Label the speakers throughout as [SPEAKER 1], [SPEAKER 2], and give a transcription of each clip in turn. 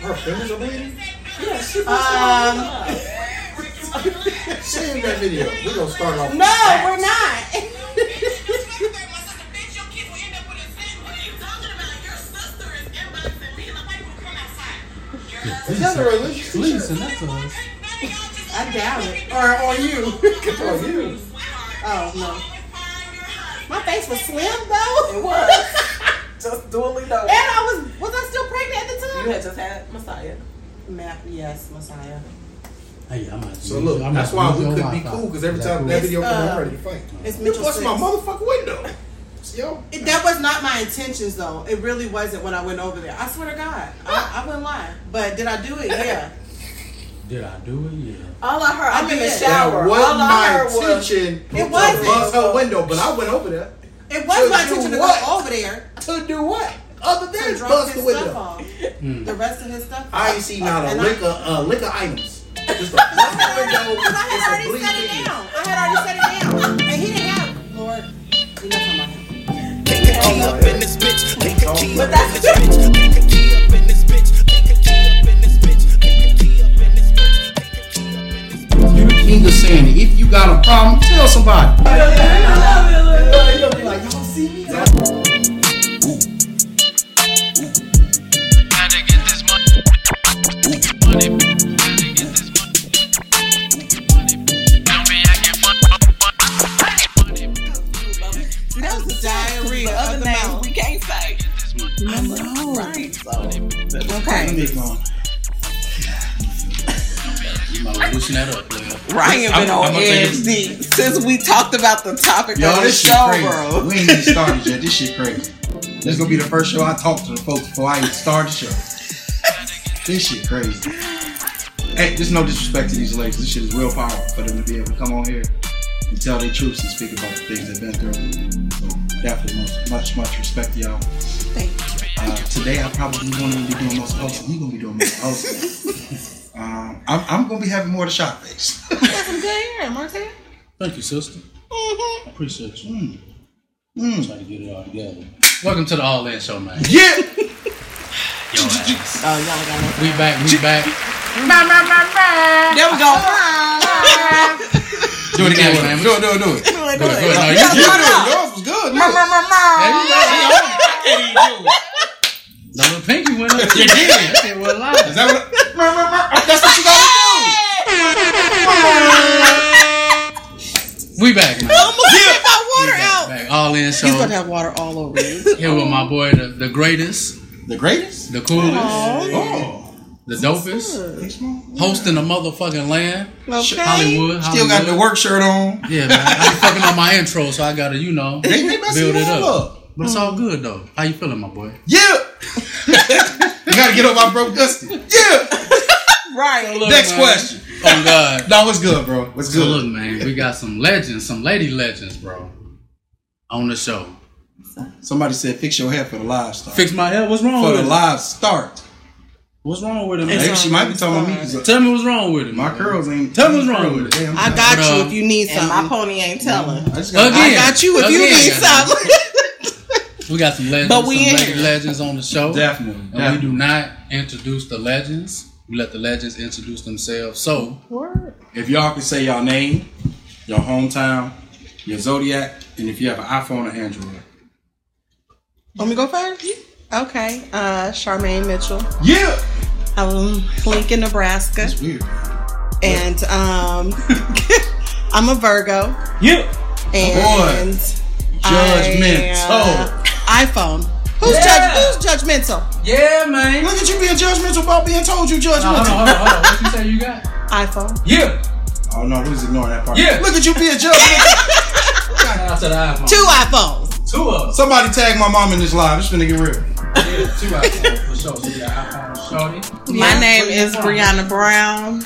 [SPEAKER 1] Her fingers are bleeding?
[SPEAKER 2] Yeah, she was
[SPEAKER 3] Um,
[SPEAKER 1] She in that video. We're going to start off.
[SPEAKER 3] no, we're not.
[SPEAKER 1] Is that a religious
[SPEAKER 4] Please,
[SPEAKER 1] t-shirt?
[SPEAKER 4] and that's us.
[SPEAKER 3] I doubt it. Or or you.
[SPEAKER 1] Oh, you.
[SPEAKER 3] oh no. My face was slim though.
[SPEAKER 2] It was. just duly
[SPEAKER 3] And
[SPEAKER 2] know.
[SPEAKER 3] I was was I still pregnant at the time?
[SPEAKER 2] You had just had Messiah.
[SPEAKER 3] Ma- yes, Messiah.
[SPEAKER 4] Hey, I might
[SPEAKER 1] So look, that's why we couldn't be cool because every time that video comes, I'm
[SPEAKER 3] uh,
[SPEAKER 1] ready to fight.
[SPEAKER 3] It's
[SPEAKER 1] You
[SPEAKER 3] Mitchell
[SPEAKER 1] bust my
[SPEAKER 3] Six.
[SPEAKER 1] motherfucking window. Yo,
[SPEAKER 3] It, that was not my intentions, though. It really wasn't when I went over there. I swear to God, I, I wouldn't lie. But did I do it? Yeah.
[SPEAKER 4] Did I do it? Yeah.
[SPEAKER 2] All I heard, I'm
[SPEAKER 3] I
[SPEAKER 2] in the
[SPEAKER 3] did.
[SPEAKER 1] that
[SPEAKER 2] shower. All
[SPEAKER 1] wasn't
[SPEAKER 2] I
[SPEAKER 1] my
[SPEAKER 2] heard was
[SPEAKER 1] intention to
[SPEAKER 3] wasn't.
[SPEAKER 1] bust her window, but I went over there
[SPEAKER 3] It was my
[SPEAKER 1] To do
[SPEAKER 3] intention to
[SPEAKER 1] what?
[SPEAKER 3] go over there
[SPEAKER 1] to do what? Other
[SPEAKER 3] to
[SPEAKER 1] than
[SPEAKER 3] drop
[SPEAKER 1] bust the
[SPEAKER 3] his
[SPEAKER 1] window.
[SPEAKER 3] stuff off.
[SPEAKER 4] Mm.
[SPEAKER 3] The rest of his stuff.
[SPEAKER 1] I ain't seen not a
[SPEAKER 3] And I-
[SPEAKER 1] lick of uh, lick of items. Just a bust the window.
[SPEAKER 3] Because I had
[SPEAKER 1] and some
[SPEAKER 3] already set
[SPEAKER 1] bleeding.
[SPEAKER 3] it down. Oh, I had already set it down, and he didn't have. Lord, we're not talking about him.
[SPEAKER 5] Pick a key up in this bitch. Pick a key
[SPEAKER 2] But
[SPEAKER 5] up
[SPEAKER 2] that's-
[SPEAKER 5] in this bitch. Pick a key up in this bitch. Pick a key up in this bitch. Pick a key up in this bitch. Pick a key up in this bitch.
[SPEAKER 4] You the king of saying if you got a problem, tell somebody.
[SPEAKER 1] They gonna be like, y'all see me?
[SPEAKER 6] Gotta get this money. Money. Gotta get this money. Money. Don't be acting fun. Money. Money.
[SPEAKER 3] That was the diarrhea of the
[SPEAKER 2] name
[SPEAKER 3] mouth.
[SPEAKER 2] we can't say. Right. So. Okay.
[SPEAKER 4] Nick on. You might loosen that up, player.
[SPEAKER 2] Ryan
[SPEAKER 4] I'm-
[SPEAKER 2] been on
[SPEAKER 4] I'm gonna take
[SPEAKER 2] edge
[SPEAKER 4] it-
[SPEAKER 2] deep since we talked about the topic
[SPEAKER 4] Yo,
[SPEAKER 2] of the
[SPEAKER 4] this shit
[SPEAKER 2] show,
[SPEAKER 4] crazy.
[SPEAKER 2] bro.
[SPEAKER 4] We ain't even started yet. This shit crazy. This gonna be the first show I talk to the folks before I even start the show. This shit crazy. Hey, there's no disrespect to these ladies. This shit is real powerful for them to be able to come on here and tell their truths and speak about the things they've been through. So definitely much, much, much respect to y'all.
[SPEAKER 2] Thank
[SPEAKER 4] Uh, today I probably won't even be doing most hosting. You gonna be doing most hosting. um, I'm, I'm gonna be having more to shop face.
[SPEAKER 2] some good hair, Martin.
[SPEAKER 7] Thank you, sister.
[SPEAKER 2] Mm-hmm.
[SPEAKER 7] Appreciate you.
[SPEAKER 4] Mm. Mm.
[SPEAKER 7] Try to get it all together. Welcome to the All In Show, man.
[SPEAKER 4] Yeah.
[SPEAKER 7] Yo, ass.
[SPEAKER 2] Oh, y'all got
[SPEAKER 7] we back, we back.
[SPEAKER 2] There we
[SPEAKER 7] Do it again, man. Do it, do it, do it.
[SPEAKER 2] go.
[SPEAKER 7] Do it, do it. No, you,
[SPEAKER 2] Yeah,
[SPEAKER 7] you do
[SPEAKER 2] do it.
[SPEAKER 7] it.
[SPEAKER 4] Yours was good.
[SPEAKER 2] Ma, ma, ma, ma.
[SPEAKER 7] Hey, you know, you know, I can't even do it. The little pinky went up. You did. I said, well, lie.
[SPEAKER 4] Is that what? That's what you gotta
[SPEAKER 7] We back, man.
[SPEAKER 2] I'm gonna get my
[SPEAKER 7] We
[SPEAKER 2] water
[SPEAKER 7] back,
[SPEAKER 2] out.
[SPEAKER 7] back. All In Show.
[SPEAKER 2] He's gonna have water all over you.
[SPEAKER 7] Here with my boy, the, the greatest,
[SPEAKER 4] do. The greatest.
[SPEAKER 7] the coolest,
[SPEAKER 4] Oh.
[SPEAKER 7] the dopest, hosting the motherfucking land.
[SPEAKER 2] Okay.
[SPEAKER 7] Hollywood.
[SPEAKER 4] Still got the
[SPEAKER 7] Hollywood.
[SPEAKER 4] work shirt on.
[SPEAKER 7] Yeah, man. I be fucking on my intro, so I gotta, you know,
[SPEAKER 4] They, they messing
[SPEAKER 7] build
[SPEAKER 4] it
[SPEAKER 7] it
[SPEAKER 4] all up.
[SPEAKER 7] up. But it's all good though. How you feeling, my boy?
[SPEAKER 4] Yeah. you gotta get over my broke dusty. Yeah.
[SPEAKER 2] Right.
[SPEAKER 4] Next
[SPEAKER 7] man.
[SPEAKER 4] question.
[SPEAKER 7] Oh God.
[SPEAKER 4] No, what's good, bro? What's
[SPEAKER 7] So look,
[SPEAKER 4] good?
[SPEAKER 7] man, we got some legends, some lady legends, bro, on the show.
[SPEAKER 4] Somebody said fix your hair for the live start.
[SPEAKER 7] Fix my hair. What's wrong
[SPEAKER 4] for
[SPEAKER 7] with
[SPEAKER 4] the
[SPEAKER 7] it?
[SPEAKER 4] live start.
[SPEAKER 7] What's wrong with it, man?
[SPEAKER 4] Maybe she might be talking about me because
[SPEAKER 7] Tell me what's wrong with it.
[SPEAKER 4] my
[SPEAKER 7] man.
[SPEAKER 4] curls ain't.
[SPEAKER 7] Tell me what's wrong with it.
[SPEAKER 4] Damn,
[SPEAKER 3] I got
[SPEAKER 7] got But, you
[SPEAKER 3] you
[SPEAKER 7] um,
[SPEAKER 3] if
[SPEAKER 7] if
[SPEAKER 3] you need
[SPEAKER 2] And my
[SPEAKER 3] something.
[SPEAKER 2] pony ain't telling.
[SPEAKER 4] I just got
[SPEAKER 7] Again.
[SPEAKER 2] I got you if you
[SPEAKER 7] Again.
[SPEAKER 2] need something.
[SPEAKER 7] We got some legends,
[SPEAKER 2] But we
[SPEAKER 7] some
[SPEAKER 2] in
[SPEAKER 7] lady
[SPEAKER 2] here.
[SPEAKER 7] legends on the show.
[SPEAKER 4] Definitely.
[SPEAKER 7] And
[SPEAKER 4] definitely.
[SPEAKER 7] we do not introduce the legends. We let the legends introduce themselves. So
[SPEAKER 4] If y'all can say y'all name, your hometown, your zodiac, and if you have an iPhone or Android.
[SPEAKER 2] Let me go first. Okay, uh, Charmaine Mitchell.
[SPEAKER 4] Yeah.
[SPEAKER 2] I'm Lincoln, Nebraska,
[SPEAKER 4] It's weird.
[SPEAKER 2] and um, I'm a Virgo.
[SPEAKER 4] Yeah.
[SPEAKER 2] And
[SPEAKER 4] Judgmental.
[SPEAKER 2] I, uh, iPhone. Who's judge? Who's judgmental?
[SPEAKER 7] yeah, man.
[SPEAKER 4] Look at you being judgmental about being told you
[SPEAKER 7] Hold on,
[SPEAKER 4] judgmental.
[SPEAKER 7] hold on, hold on. What you say you got?
[SPEAKER 2] iPhone.
[SPEAKER 7] Yeah,
[SPEAKER 4] Oh no, who's ignoring that part?
[SPEAKER 7] Yeah.
[SPEAKER 4] Look at you being judgmental.
[SPEAKER 7] shout out to the iPhone.
[SPEAKER 2] Two iPhones.
[SPEAKER 7] two of us.
[SPEAKER 4] Somebody tag my mom in this live. This finna get real.
[SPEAKER 7] Yeah, two iPhone for sure. So we got iPhone, Shorty.
[SPEAKER 2] My name is Brianna Brown.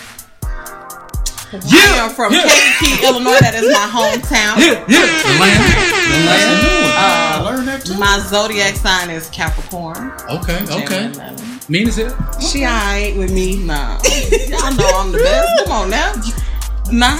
[SPEAKER 2] I am from
[SPEAKER 7] Yeah.
[SPEAKER 2] Kankakee, Illinois. That is my hometown.
[SPEAKER 4] I learned that too.
[SPEAKER 2] My zodiac sign is Capricorn.
[SPEAKER 7] Okay, okay.
[SPEAKER 2] Gemini.
[SPEAKER 7] Mean as hell.
[SPEAKER 2] She alright with me. Nah. Y'all know I'm the best. Come on now. Nah.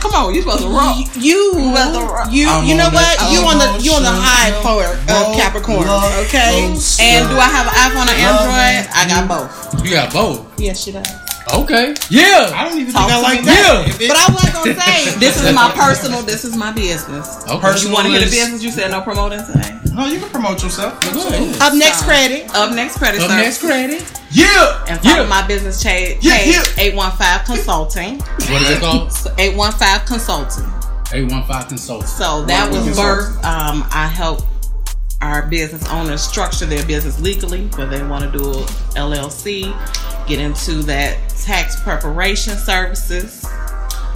[SPEAKER 5] Come on, you supposed to roll.
[SPEAKER 2] You,
[SPEAKER 5] Weather-
[SPEAKER 2] you,
[SPEAKER 4] I'm
[SPEAKER 2] you know
[SPEAKER 4] on
[SPEAKER 2] what?
[SPEAKER 4] that
[SPEAKER 2] You on the you on the
[SPEAKER 4] emotional
[SPEAKER 2] high power
[SPEAKER 4] roller
[SPEAKER 2] of Capricorn, okay?
[SPEAKER 4] coaster.
[SPEAKER 2] And do I have an iPhone or Android? I got both.
[SPEAKER 7] You got both.
[SPEAKER 2] Yes, she does.
[SPEAKER 7] Okay. Yeah.
[SPEAKER 4] I don't even
[SPEAKER 2] Talk
[SPEAKER 4] think I
[SPEAKER 2] to
[SPEAKER 4] like
[SPEAKER 2] me.
[SPEAKER 4] that.
[SPEAKER 7] Yeah.
[SPEAKER 4] If it-
[SPEAKER 2] But I was gonna say this is my personal. This is my business.
[SPEAKER 7] Okay.
[SPEAKER 4] Personal
[SPEAKER 2] You want to hear the
[SPEAKER 4] is-
[SPEAKER 2] business? You said no promoting today.
[SPEAKER 4] no, you can promote yourself.
[SPEAKER 7] Good.
[SPEAKER 2] Up next
[SPEAKER 5] Sorry.
[SPEAKER 2] credit.
[SPEAKER 5] Up next credit,
[SPEAKER 7] Up
[SPEAKER 5] sir.
[SPEAKER 7] next credit.
[SPEAKER 4] Yeah.
[SPEAKER 2] And follow
[SPEAKER 7] Yeah.
[SPEAKER 2] my business cha- page,
[SPEAKER 4] Yeah, yeah.
[SPEAKER 2] eight one five consulting.
[SPEAKER 7] What is it called?
[SPEAKER 2] Eight one five consulting.
[SPEAKER 7] Eight one five consults.
[SPEAKER 2] So that
[SPEAKER 4] Work with
[SPEAKER 2] was
[SPEAKER 4] yourself.
[SPEAKER 2] birth. Um, I help our business owners structure their business legally, whether they want to do LLC, get into that tax preparation services.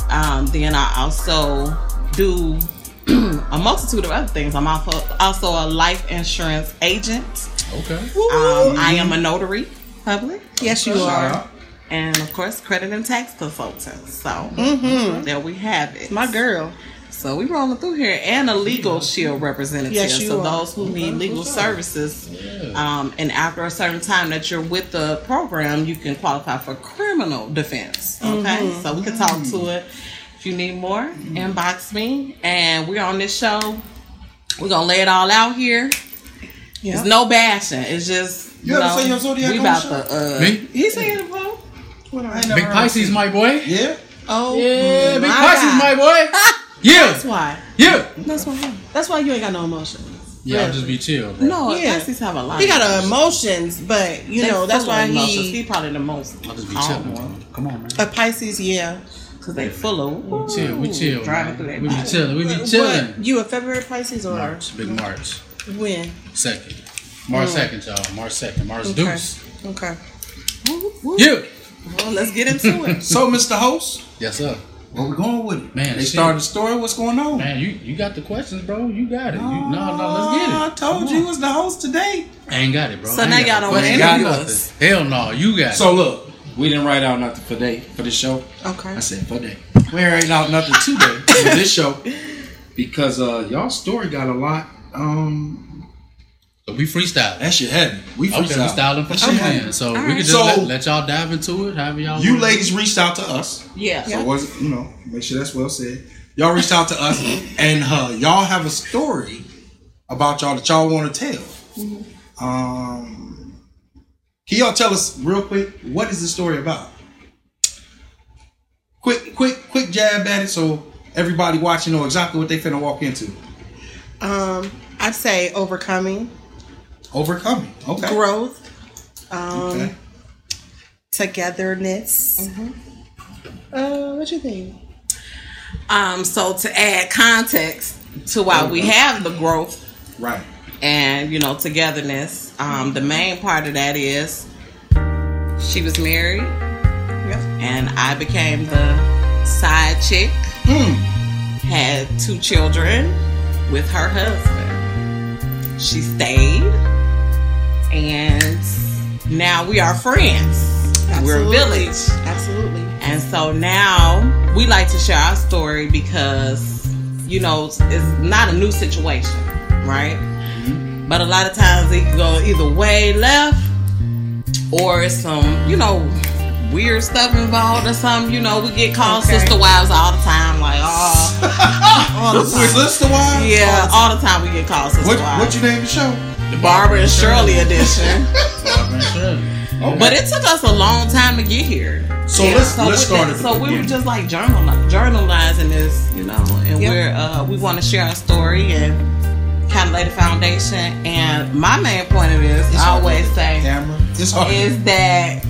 [SPEAKER 2] Um, then I also do a multitude of other things. I'm also, also a life insurance agent.
[SPEAKER 7] Okay.
[SPEAKER 2] Um, I am a notary public.
[SPEAKER 5] Yes, you are.
[SPEAKER 2] And of course, credit and tax consultant. So there we have it.
[SPEAKER 5] Mm-hmm. My girl.
[SPEAKER 2] So we rolling through here, and a legal shield representative.
[SPEAKER 5] Yes, you
[SPEAKER 2] so
[SPEAKER 5] are.
[SPEAKER 2] those who need legal services, um, and after a certain time that you're with the program, you can qualify for criminal defense. Okay,
[SPEAKER 5] Mm-hmm.
[SPEAKER 2] so we can talk to it. If you need more, inbox me, and we're on this show. We're gonna lay it all out here.
[SPEAKER 5] Yeah.
[SPEAKER 2] It's no bashing. It's just
[SPEAKER 4] You ever say your zodiac
[SPEAKER 2] We
[SPEAKER 4] on the
[SPEAKER 2] about
[SPEAKER 4] show?
[SPEAKER 2] to. Uh,
[SPEAKER 7] Me?
[SPEAKER 2] He said it, bro.
[SPEAKER 4] I ain't never
[SPEAKER 7] Big
[SPEAKER 4] heard
[SPEAKER 7] Pisces, my boy.
[SPEAKER 4] of- Yeah.
[SPEAKER 5] Oh,
[SPEAKER 7] Yeah, big
[SPEAKER 2] my
[SPEAKER 7] Pisces,
[SPEAKER 2] God.
[SPEAKER 7] my boy. Yeah,
[SPEAKER 2] That's why.
[SPEAKER 7] yeah.
[SPEAKER 5] that's why. That's why you ain't got no emotion.
[SPEAKER 7] Yeah, I'll just be chill. Bro.
[SPEAKER 2] No,
[SPEAKER 5] Yeah.
[SPEAKER 2] Pisces have a lot.
[SPEAKER 5] He
[SPEAKER 2] of
[SPEAKER 5] got emotions, but you
[SPEAKER 2] They
[SPEAKER 5] know that's
[SPEAKER 2] full of
[SPEAKER 5] why
[SPEAKER 2] emotions.
[SPEAKER 5] he
[SPEAKER 2] He probably the most
[SPEAKER 7] I'll just be
[SPEAKER 2] calm
[SPEAKER 7] chill.
[SPEAKER 2] one
[SPEAKER 7] Come on, man.
[SPEAKER 5] a Pisces. Yeah,
[SPEAKER 2] because they full of ooh,
[SPEAKER 7] We chill. We chill.
[SPEAKER 2] Driving through
[SPEAKER 7] man.
[SPEAKER 2] that
[SPEAKER 7] We be
[SPEAKER 2] body.
[SPEAKER 7] chilling. We be
[SPEAKER 5] What-
[SPEAKER 7] chilling.
[SPEAKER 5] You a February Pisces or
[SPEAKER 7] March, big March,
[SPEAKER 5] when?
[SPEAKER 7] second, March second, y'all. March second, March
[SPEAKER 5] Okay.
[SPEAKER 7] Deuce.
[SPEAKER 5] Okay.
[SPEAKER 7] Yeah.
[SPEAKER 5] Well, let's get into it.
[SPEAKER 4] So, Mr. Host,
[SPEAKER 7] Yes, sir.
[SPEAKER 4] where we going with it?
[SPEAKER 7] Man,
[SPEAKER 4] they
[SPEAKER 7] shit.
[SPEAKER 4] started the story. What's going on?
[SPEAKER 7] Man, you you got the questions, bro. You got it. You, no, no, let's get it.
[SPEAKER 4] Oh, I told you it was the host today.
[SPEAKER 7] I ain't got it, bro.
[SPEAKER 2] So
[SPEAKER 7] I ain't
[SPEAKER 2] now y'all
[SPEAKER 7] got
[SPEAKER 2] don't
[SPEAKER 7] the
[SPEAKER 2] want to
[SPEAKER 7] questions.
[SPEAKER 2] interview
[SPEAKER 4] got
[SPEAKER 2] us.
[SPEAKER 7] Hell no, you got it.
[SPEAKER 4] So look, we didn't write out nothing for day for this show.
[SPEAKER 5] Okay.
[SPEAKER 4] I said for day. We ain't writing out nothing today for this show because uh y'all story got a lot. Um,
[SPEAKER 7] So we freestyle.
[SPEAKER 4] that shit heavy. We
[SPEAKER 7] Okay, we
[SPEAKER 4] freestyle.
[SPEAKER 7] styling for
[SPEAKER 4] That
[SPEAKER 7] sure.
[SPEAKER 4] shit heavy.
[SPEAKER 7] then. So we can just
[SPEAKER 4] So-
[SPEAKER 7] let, let y'all dive into it. However y'all
[SPEAKER 4] You
[SPEAKER 7] want.
[SPEAKER 4] ladies reached out to us.
[SPEAKER 2] Yeah.
[SPEAKER 4] So was you know make sure that's well said. Y'all reached out to us and uh, y'all have a story about y'all that y'all want to tell.
[SPEAKER 2] Mm-hmm.
[SPEAKER 4] Um, can y'all tell us real quick what is the story about? Quick, quick, quick jab at it so everybody watching know exactly what they finna walk into.
[SPEAKER 5] Um, I'd say overcoming,
[SPEAKER 4] Overcoming. Okay.
[SPEAKER 5] growth, um,
[SPEAKER 4] Okay.
[SPEAKER 5] togetherness. Uh, what you think?
[SPEAKER 2] Mm-hmm. Um, so to add context to why we have the growth
[SPEAKER 4] Right.
[SPEAKER 2] and you know togetherness, um, the main part of that is she was married, and I became the side chick.
[SPEAKER 5] Hmm.
[SPEAKER 2] Had two children with her husband. She stayed, and now we are friends. We're a
[SPEAKER 5] Absolutely.
[SPEAKER 2] village.
[SPEAKER 5] Absolutely.
[SPEAKER 2] And so now we like to share our story because, you know, it's it's not a new situation, right? But a lot of times it can go either way left or it's some, you know, weird stuff involved or something. You know, we get called
[SPEAKER 5] Okay.
[SPEAKER 2] sister wives all the time, like, oh,
[SPEAKER 4] All the sister wives?
[SPEAKER 2] Uh, yeah, all the time we get called sister
[SPEAKER 4] What
[SPEAKER 2] wives.
[SPEAKER 4] what you name the show?
[SPEAKER 7] the
[SPEAKER 2] Barbara and Shirley edition.
[SPEAKER 7] Barbara and Shirley.
[SPEAKER 2] But it took us a long time to get here.
[SPEAKER 4] So let's- let's
[SPEAKER 2] with
[SPEAKER 4] start
[SPEAKER 2] that-
[SPEAKER 4] at the
[SPEAKER 2] So we were
[SPEAKER 4] beginning.
[SPEAKER 2] just like journal, journalizing this, you know, and
[SPEAKER 5] Yep.
[SPEAKER 2] we're uh, we want to share our story and kind of lay the foundation. And my main point of this, I always say,
[SPEAKER 4] Camera. It's hard.
[SPEAKER 2] is that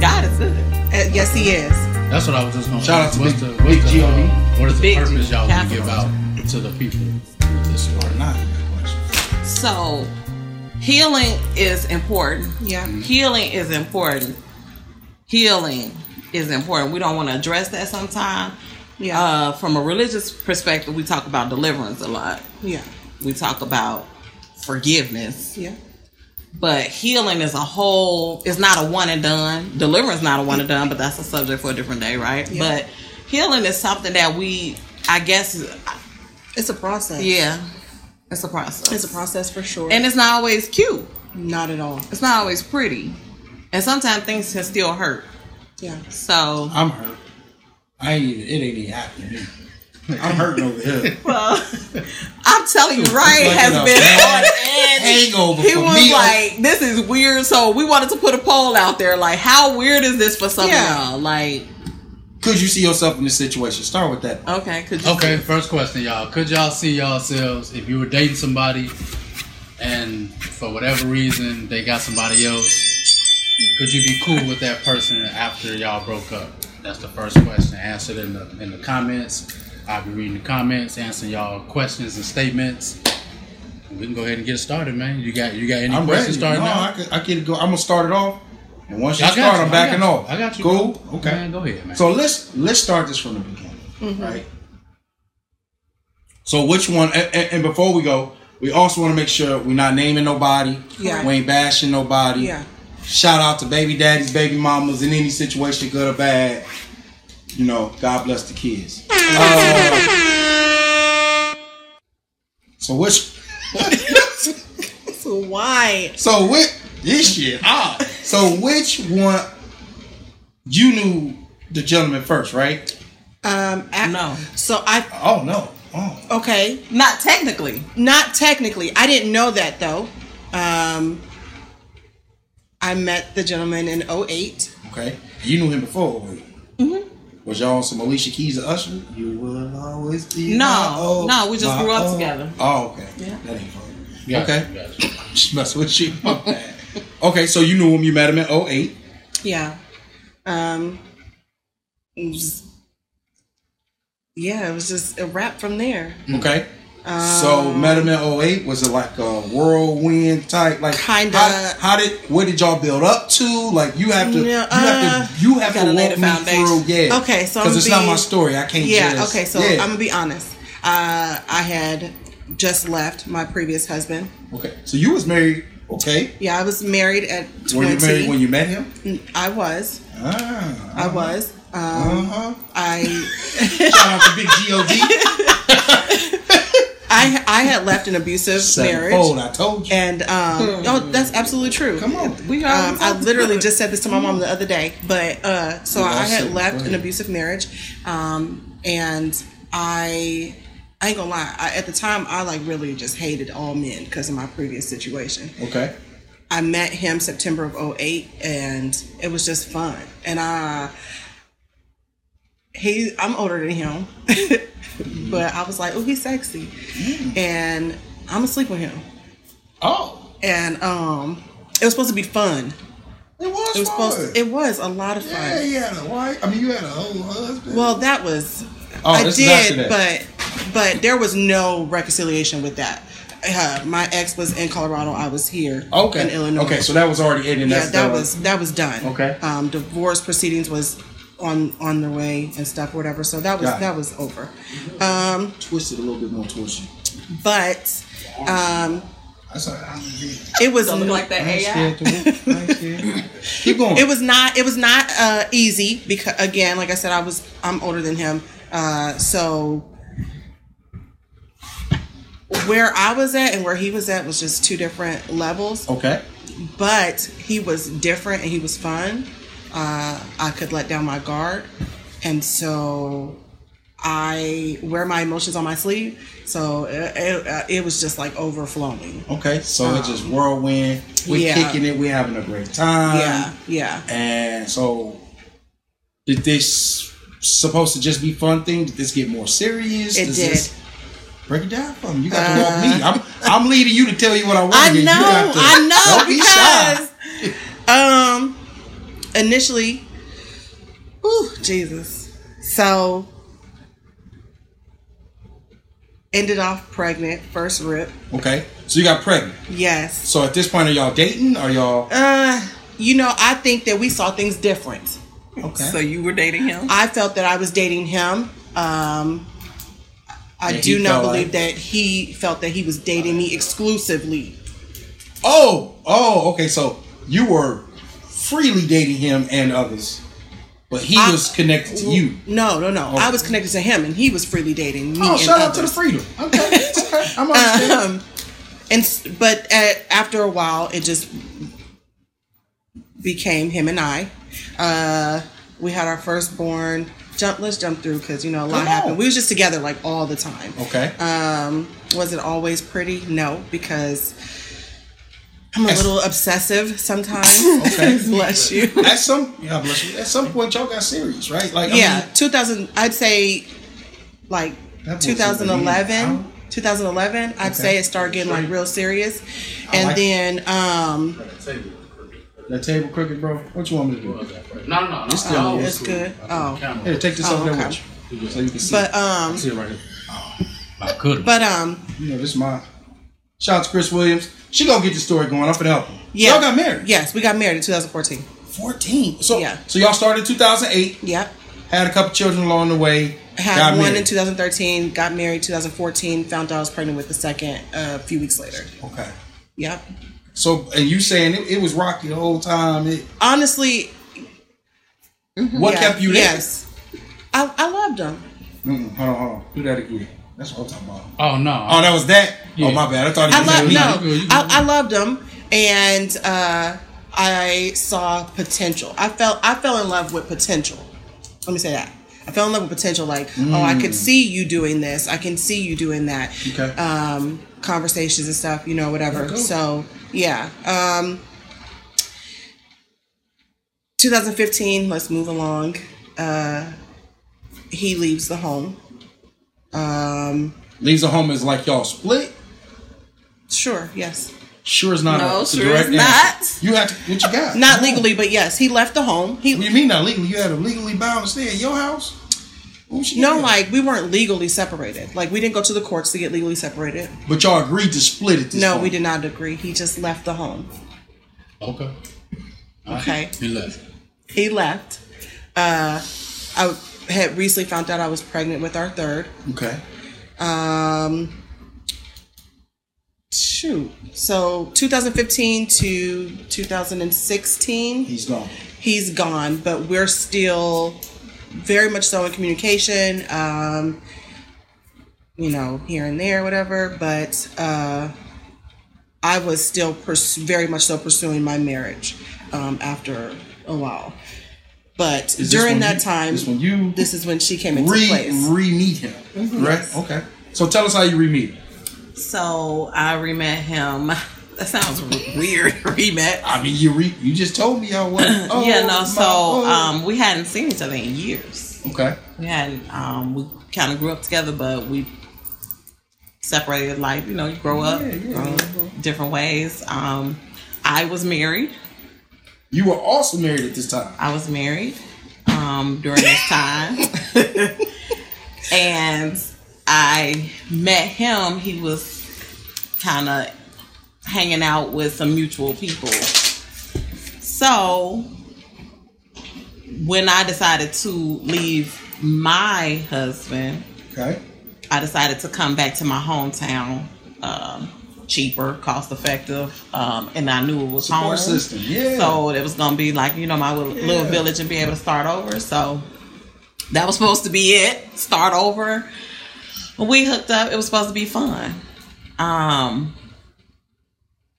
[SPEAKER 2] God is good.
[SPEAKER 5] Uh, yes, he is.
[SPEAKER 7] That's what I was just gonna.
[SPEAKER 4] Shout out
[SPEAKER 7] ask.
[SPEAKER 4] to
[SPEAKER 7] what's
[SPEAKER 4] Big-
[SPEAKER 7] the what's
[SPEAKER 4] Big
[SPEAKER 7] the,
[SPEAKER 4] G O D.
[SPEAKER 7] uh, What is the
[SPEAKER 2] Big G,
[SPEAKER 7] purpose y'all want to give
[SPEAKER 2] capital.
[SPEAKER 7] out to the people? with This story?
[SPEAKER 4] Not that question.
[SPEAKER 2] So healing is important.
[SPEAKER 5] Yeah.
[SPEAKER 2] Healing is important. Healing is important. We don't want to address that sometimes.
[SPEAKER 5] Yeah.
[SPEAKER 2] Uh, from a religious perspective, we talk about deliverance a lot.
[SPEAKER 5] Yeah.
[SPEAKER 2] we talk about forgiveness
[SPEAKER 5] Yeah.
[SPEAKER 2] but healing is a whole it's not a one and done deliverance not a one and done but that's a subject for a different day right
[SPEAKER 5] Yeah.
[SPEAKER 2] but healing is something that we i guess
[SPEAKER 5] It's a process.
[SPEAKER 2] yeah it's a process
[SPEAKER 5] It's a process for sure.
[SPEAKER 2] and it's not always cute
[SPEAKER 5] not at all.
[SPEAKER 2] it's not always pretty and sometimes things can still hurt
[SPEAKER 5] Yeah.
[SPEAKER 2] so
[SPEAKER 4] I'm hurt. I ain't even, it ain't even happening. I'm hurting over here.
[SPEAKER 2] Well, I'm telling you, Ryan
[SPEAKER 4] like
[SPEAKER 2] has
[SPEAKER 4] in a
[SPEAKER 2] been
[SPEAKER 4] bad
[SPEAKER 2] on edge.
[SPEAKER 4] hangover
[SPEAKER 2] He
[SPEAKER 4] for
[SPEAKER 2] was
[SPEAKER 4] me.
[SPEAKER 2] like, "This is weird." So we wanted to put a poll out there, like, "How weird is this for some
[SPEAKER 5] Yeah.
[SPEAKER 2] of y'all?" Like,
[SPEAKER 4] Could you see yourself in this situation? Start with that.
[SPEAKER 2] okay, could you
[SPEAKER 7] Okay, first question, y'all. Could y'all see yourselves if you were dating somebody and for whatever reason they got somebody else? Could you be cool with that person after y'all broke up? That's the first question. Answer it in the in the comments. I'll be reading the comments, answering y'all questions and statements. We can go ahead and get started, man. You got you got any
[SPEAKER 4] I'm ready.
[SPEAKER 7] questions
[SPEAKER 4] No,
[SPEAKER 7] starting
[SPEAKER 4] I
[SPEAKER 7] now?
[SPEAKER 4] could, I could go. I'm gonna start it off, and once you
[SPEAKER 7] I got
[SPEAKER 4] start,
[SPEAKER 7] you,
[SPEAKER 4] I'm
[SPEAKER 7] I
[SPEAKER 4] backing
[SPEAKER 7] got you,
[SPEAKER 4] off.
[SPEAKER 7] I got you,
[SPEAKER 4] Cool.
[SPEAKER 7] bro.
[SPEAKER 4] Okay.
[SPEAKER 7] Man, go ahead, man.
[SPEAKER 4] So let's let's start this from the beginning,
[SPEAKER 5] Mm-hmm.
[SPEAKER 4] right? So which one? And, and, and before we go, we also want to make sure we're not naming nobody.
[SPEAKER 5] Yeah.
[SPEAKER 4] We ain't bashing nobody.
[SPEAKER 5] Yeah.
[SPEAKER 4] Shout out to baby daddies, baby mamas in any situation, good or bad. You know, God bless the kids. Uh, so which?
[SPEAKER 5] So why?
[SPEAKER 4] So which? This shit hot. So which one? You knew the gentleman first, right?
[SPEAKER 5] Um, ac-
[SPEAKER 2] No.
[SPEAKER 5] So I
[SPEAKER 4] Oh no. Oh.
[SPEAKER 5] okay.
[SPEAKER 2] not technically?
[SPEAKER 5] Not technically. I didn't know that though. Um, I met the gentleman in 08.
[SPEAKER 4] Okay. You knew him before. Were you?
[SPEAKER 2] Mm-hmm.
[SPEAKER 4] Was y'all on some Alicia Keys or Usher? You will always be.
[SPEAKER 2] No.
[SPEAKER 4] my own-
[SPEAKER 2] No, we just
[SPEAKER 4] my
[SPEAKER 2] grew up
[SPEAKER 4] own.
[SPEAKER 2] together.
[SPEAKER 4] Oh, okay. Yeah. That ain't fun.
[SPEAKER 7] Got
[SPEAKER 4] okay.
[SPEAKER 7] you, got you.
[SPEAKER 4] Just mess with you. My bad. okay, so you knew him. You met him oh in 08.
[SPEAKER 5] Yeah. Um. it was- yeah, it was just a wrap from there.
[SPEAKER 4] Okay. so
[SPEAKER 5] Um,
[SPEAKER 4] met him in 08. Was it like a whirlwind type? Like
[SPEAKER 5] Kinda.
[SPEAKER 4] How, how did? What did y'all build up to? Like you have to.
[SPEAKER 5] No,
[SPEAKER 4] you
[SPEAKER 5] uh,
[SPEAKER 4] have to. You have
[SPEAKER 2] gotta
[SPEAKER 4] to
[SPEAKER 2] lay
[SPEAKER 4] walk
[SPEAKER 2] the
[SPEAKER 4] me
[SPEAKER 2] foundation.
[SPEAKER 4] through. Yeah.
[SPEAKER 5] Okay, so I'ma
[SPEAKER 4] because it's not
[SPEAKER 5] be-
[SPEAKER 4] my story. I can't.
[SPEAKER 5] Yeah.
[SPEAKER 4] just-
[SPEAKER 5] okay. So
[SPEAKER 4] yeah.
[SPEAKER 5] I'm gonna be honest. Uh, I had just left my previous husband.
[SPEAKER 4] Okay. So you was married. Okay.
[SPEAKER 5] Yeah, I was married at 20.
[SPEAKER 4] Were you married when you met him?
[SPEAKER 5] I was.
[SPEAKER 4] Ah.
[SPEAKER 5] I was. Um,
[SPEAKER 4] Uh-huh.
[SPEAKER 5] I
[SPEAKER 4] Shout out to Big God.
[SPEAKER 5] I I had left an abusive
[SPEAKER 4] Sevenfold,
[SPEAKER 5] marriage.
[SPEAKER 4] I told you.
[SPEAKER 5] And um, oh, that's absolutely true.
[SPEAKER 4] Come on.
[SPEAKER 2] We are.
[SPEAKER 5] Um, I literally just said this to my mom the other day, but uh, so
[SPEAKER 4] Yeah,
[SPEAKER 5] I
[SPEAKER 4] I
[SPEAKER 5] had
[SPEAKER 4] see.
[SPEAKER 5] left an
[SPEAKER 4] Right.
[SPEAKER 5] abusive marriage, um, and I I ain't gonna lie. I, at the time, I like really just hated all men because of my previous situation.
[SPEAKER 4] Okay.
[SPEAKER 5] I met him September of 08 and it was just fun. And I he I'm older than him. but I was like, "Oh, he's sexy." And I'm gonna sleep with him.
[SPEAKER 4] Oh.
[SPEAKER 5] And um it was supposed to be fun.
[SPEAKER 4] It was,
[SPEAKER 5] It was
[SPEAKER 4] fun.
[SPEAKER 5] supposed it was a lot of fun.
[SPEAKER 4] yeah, you had a wife. I mean, you had a whole husband.
[SPEAKER 5] Well, that was
[SPEAKER 4] Oh,
[SPEAKER 5] I
[SPEAKER 4] this is after
[SPEAKER 5] did, but but there was no reconciliation with that. Uh, my ex was in Colorado. I was here
[SPEAKER 4] okay.
[SPEAKER 5] in Illinois.
[SPEAKER 4] Okay, so that was already ending.
[SPEAKER 5] yeah,
[SPEAKER 4] That's-
[SPEAKER 5] that was that was done.
[SPEAKER 4] Okay.
[SPEAKER 5] Um, divorce proceedings was on on their way and stuff, whatever. So that was
[SPEAKER 4] Got it.
[SPEAKER 5] that was over. Um,
[SPEAKER 4] twisted a little bit more towards you.
[SPEAKER 5] but um,
[SPEAKER 4] That's all right. I'm good.
[SPEAKER 5] it was
[SPEAKER 2] Something like that
[SPEAKER 4] I ain't
[SPEAKER 2] AI.
[SPEAKER 4] scared to work. I ain't scared. Keep going.
[SPEAKER 5] it was not it was not uh, easy because again, like I said, I was um, I'm older than him, uh, so where I was at and where he was at was just two different levels.
[SPEAKER 4] okay.
[SPEAKER 5] but he was different and he was fun. Uh, I could let down my guard, and so I wear my emotions on my sleeve. So it, uh, it, it was just like overflowing.
[SPEAKER 4] Okay. So it's just whirlwind. We're
[SPEAKER 5] Uh, yeah.
[SPEAKER 4] kicking it. We're having a great time.
[SPEAKER 5] yeah, yeah.
[SPEAKER 4] And so, did this supposed to just be fun thing? Did this get more serious?
[SPEAKER 5] It
[SPEAKER 4] Does
[SPEAKER 5] did. Uh,
[SPEAKER 4] This, break it down for me. You got to walk me. I'm, I'm leading you to tell you what I want.
[SPEAKER 5] I
[SPEAKER 4] to hear.
[SPEAKER 5] know,
[SPEAKER 4] You got to,
[SPEAKER 5] I know,
[SPEAKER 4] Don't be shy.
[SPEAKER 5] Um, initially, ooh, Jesus. So ended off pregnant, first rip.
[SPEAKER 4] Okay. So you got pregnant.
[SPEAKER 5] Yes.
[SPEAKER 4] So at this point, are y'all dating? Are y'all
[SPEAKER 5] Uh, you know, I think that we saw things different.
[SPEAKER 4] okay?
[SPEAKER 2] So you were dating him?
[SPEAKER 5] I felt that I was dating him. Um, I
[SPEAKER 4] Yeah,
[SPEAKER 5] do
[SPEAKER 4] he
[SPEAKER 5] not
[SPEAKER 4] felt
[SPEAKER 5] believe
[SPEAKER 4] like-
[SPEAKER 5] that he felt that he was dating me exclusively.
[SPEAKER 4] oh, oh, okay. So you were freely dating him and others, but he
[SPEAKER 5] I-
[SPEAKER 4] was connected to you.
[SPEAKER 5] No, no, no.
[SPEAKER 4] Oh.
[SPEAKER 5] I was connected to him, and he was freely dating me.
[SPEAKER 4] Oh,
[SPEAKER 5] and
[SPEAKER 4] shout out to the
[SPEAKER 5] others.
[SPEAKER 4] freedom. Okay, okay. I'm understanding.
[SPEAKER 5] Um, and s- but at, after a while, it just became him and I. Uh, we had our firstborn. jump. Let's jump through because you know a lot
[SPEAKER 4] Come on.
[SPEAKER 5] happened. We was just together like all the time.
[SPEAKER 4] Okay.
[SPEAKER 5] Um, was it always pretty? No, because I'm a
[SPEAKER 4] That's-
[SPEAKER 5] little obsessive sometimes.
[SPEAKER 4] Okay.
[SPEAKER 5] Bless you.
[SPEAKER 4] at some, yeah, bless you. At some point, y'all got serious, right? Like,
[SPEAKER 5] yeah, 2000. I'd say like
[SPEAKER 4] That was
[SPEAKER 5] 2011.
[SPEAKER 4] weird.
[SPEAKER 5] 2011. I'd say it started getting like real serious, and
[SPEAKER 4] like-
[SPEAKER 5] then um,
[SPEAKER 4] I mean, that table crooked, bro. What you want me to do?
[SPEAKER 7] No, no, no. no.
[SPEAKER 4] still
[SPEAKER 7] Oh,
[SPEAKER 4] on
[SPEAKER 5] it's good. Oh,
[SPEAKER 7] camera.
[SPEAKER 4] Here, take this
[SPEAKER 5] Oh,
[SPEAKER 4] over there
[SPEAKER 5] okay.
[SPEAKER 4] with you, so you can see.
[SPEAKER 5] but um,
[SPEAKER 4] see it right here.
[SPEAKER 7] I could.
[SPEAKER 5] but um,
[SPEAKER 4] You know, this is my. Shout out to Chris Williams. She gonna get the story going. I'm finna help. her.
[SPEAKER 5] yeah,
[SPEAKER 4] Y'all got married.
[SPEAKER 5] Yes, we got married in 2014.
[SPEAKER 4] 14. So,
[SPEAKER 5] Yeah.
[SPEAKER 4] so y'all started in 2008.
[SPEAKER 5] Yep.
[SPEAKER 4] Had a couple children along the way.
[SPEAKER 5] Had
[SPEAKER 4] got
[SPEAKER 5] one
[SPEAKER 4] married.
[SPEAKER 5] in 2013, got married 2014, found out I was pregnant with the second uh, a few weeks later.
[SPEAKER 4] Okay.
[SPEAKER 5] Yep.
[SPEAKER 4] So, and you saying it, it was rocky the whole time. It,
[SPEAKER 5] Honestly,
[SPEAKER 4] what
[SPEAKER 5] yeah,
[SPEAKER 4] kept you there?
[SPEAKER 5] Yes. I, I loved him.
[SPEAKER 4] Mm-mm, hold on, hold on. Do that again. That's what I'm talking about.
[SPEAKER 7] Oh no.
[SPEAKER 4] Oh, that was that.
[SPEAKER 7] Yeah.
[SPEAKER 4] Oh, my bad. I thought
[SPEAKER 5] I
[SPEAKER 4] you said
[SPEAKER 5] loved
[SPEAKER 4] me.
[SPEAKER 5] no.
[SPEAKER 7] you good, you
[SPEAKER 5] I, I loved him, and uh, I saw potential. I felt I fell in love with potential. Let me say that. I fell in love with potential. Like, oh, I could see you doing this. I can see you doing that.
[SPEAKER 4] Mm. Okay.
[SPEAKER 5] Um, conversations and stuff. You know, whatever.
[SPEAKER 4] Okay.
[SPEAKER 5] So yeah. Um, 2015. Let's move along. Uh, he leaves the home. Um,
[SPEAKER 4] Leaves a home is like y'all split.
[SPEAKER 5] sure. Yes.
[SPEAKER 4] Sure is not.
[SPEAKER 2] No,
[SPEAKER 4] a, it's a
[SPEAKER 2] Oh, sure
[SPEAKER 4] direct
[SPEAKER 2] is
[SPEAKER 4] answer. You have to. What you got?
[SPEAKER 5] Not
[SPEAKER 4] Come on.
[SPEAKER 5] legally, but yes, he left the home. He
[SPEAKER 4] What do you mean not legally? You had a legally bound to stay at your house. What was she
[SPEAKER 5] no,
[SPEAKER 4] doing?
[SPEAKER 5] like we weren't legally separated. Like we didn't go to the courts to get legally separated.
[SPEAKER 4] But y'all agreed to split at this
[SPEAKER 5] no,
[SPEAKER 4] point.
[SPEAKER 5] we did not agree. He just left the home.
[SPEAKER 7] Okay.
[SPEAKER 5] Okay,
[SPEAKER 7] You left.
[SPEAKER 5] he left. Uh, I had recently found out I was pregnant with our third.
[SPEAKER 4] Okay.
[SPEAKER 5] Um, shoot. So 2015 to 2016.
[SPEAKER 4] He's gone.
[SPEAKER 5] he's gone, but we're still very much so in communication. Um, you know, here and there, whatever. But uh, I was still pers- very much so pursuing my marriage um, after a while. But
[SPEAKER 4] Is this
[SPEAKER 5] during
[SPEAKER 4] when
[SPEAKER 5] that
[SPEAKER 4] you-
[SPEAKER 5] time,
[SPEAKER 4] this when you
[SPEAKER 5] this is when she came into
[SPEAKER 4] Re
[SPEAKER 5] place. Mm-hmm.
[SPEAKER 4] re meet him. Right. Okay. So tell us how you re meet him.
[SPEAKER 2] So I remet him. That sounds w- weird. remet.
[SPEAKER 4] I mean, you re you just told me how was. Oh,
[SPEAKER 2] yeah, no.
[SPEAKER 4] my-
[SPEAKER 2] So
[SPEAKER 4] oh.
[SPEAKER 2] um, we hadn't seen each other in years.
[SPEAKER 4] Okay.
[SPEAKER 2] We hadn't. Um, we kind of grew up together, but we separated. Like you know, you grow up um, different ways. Um, I was married.
[SPEAKER 4] You were also married at this time.
[SPEAKER 2] I was married um, during this time, and I met him. He was kind of hanging out with some mutual people. So when I decided to leave my husband,
[SPEAKER 4] Okay.
[SPEAKER 2] I decided to come back to my hometown. Um, cheaper, cost effective, um, and I knew it was
[SPEAKER 4] Support
[SPEAKER 2] home.
[SPEAKER 4] system. Yeah.
[SPEAKER 2] So it was gonna be like you know my little, little
[SPEAKER 4] Yeah.
[SPEAKER 2] village and be able to start over. So that was supposed to be it. Start over. We hooked up. It was supposed to be fun. Um,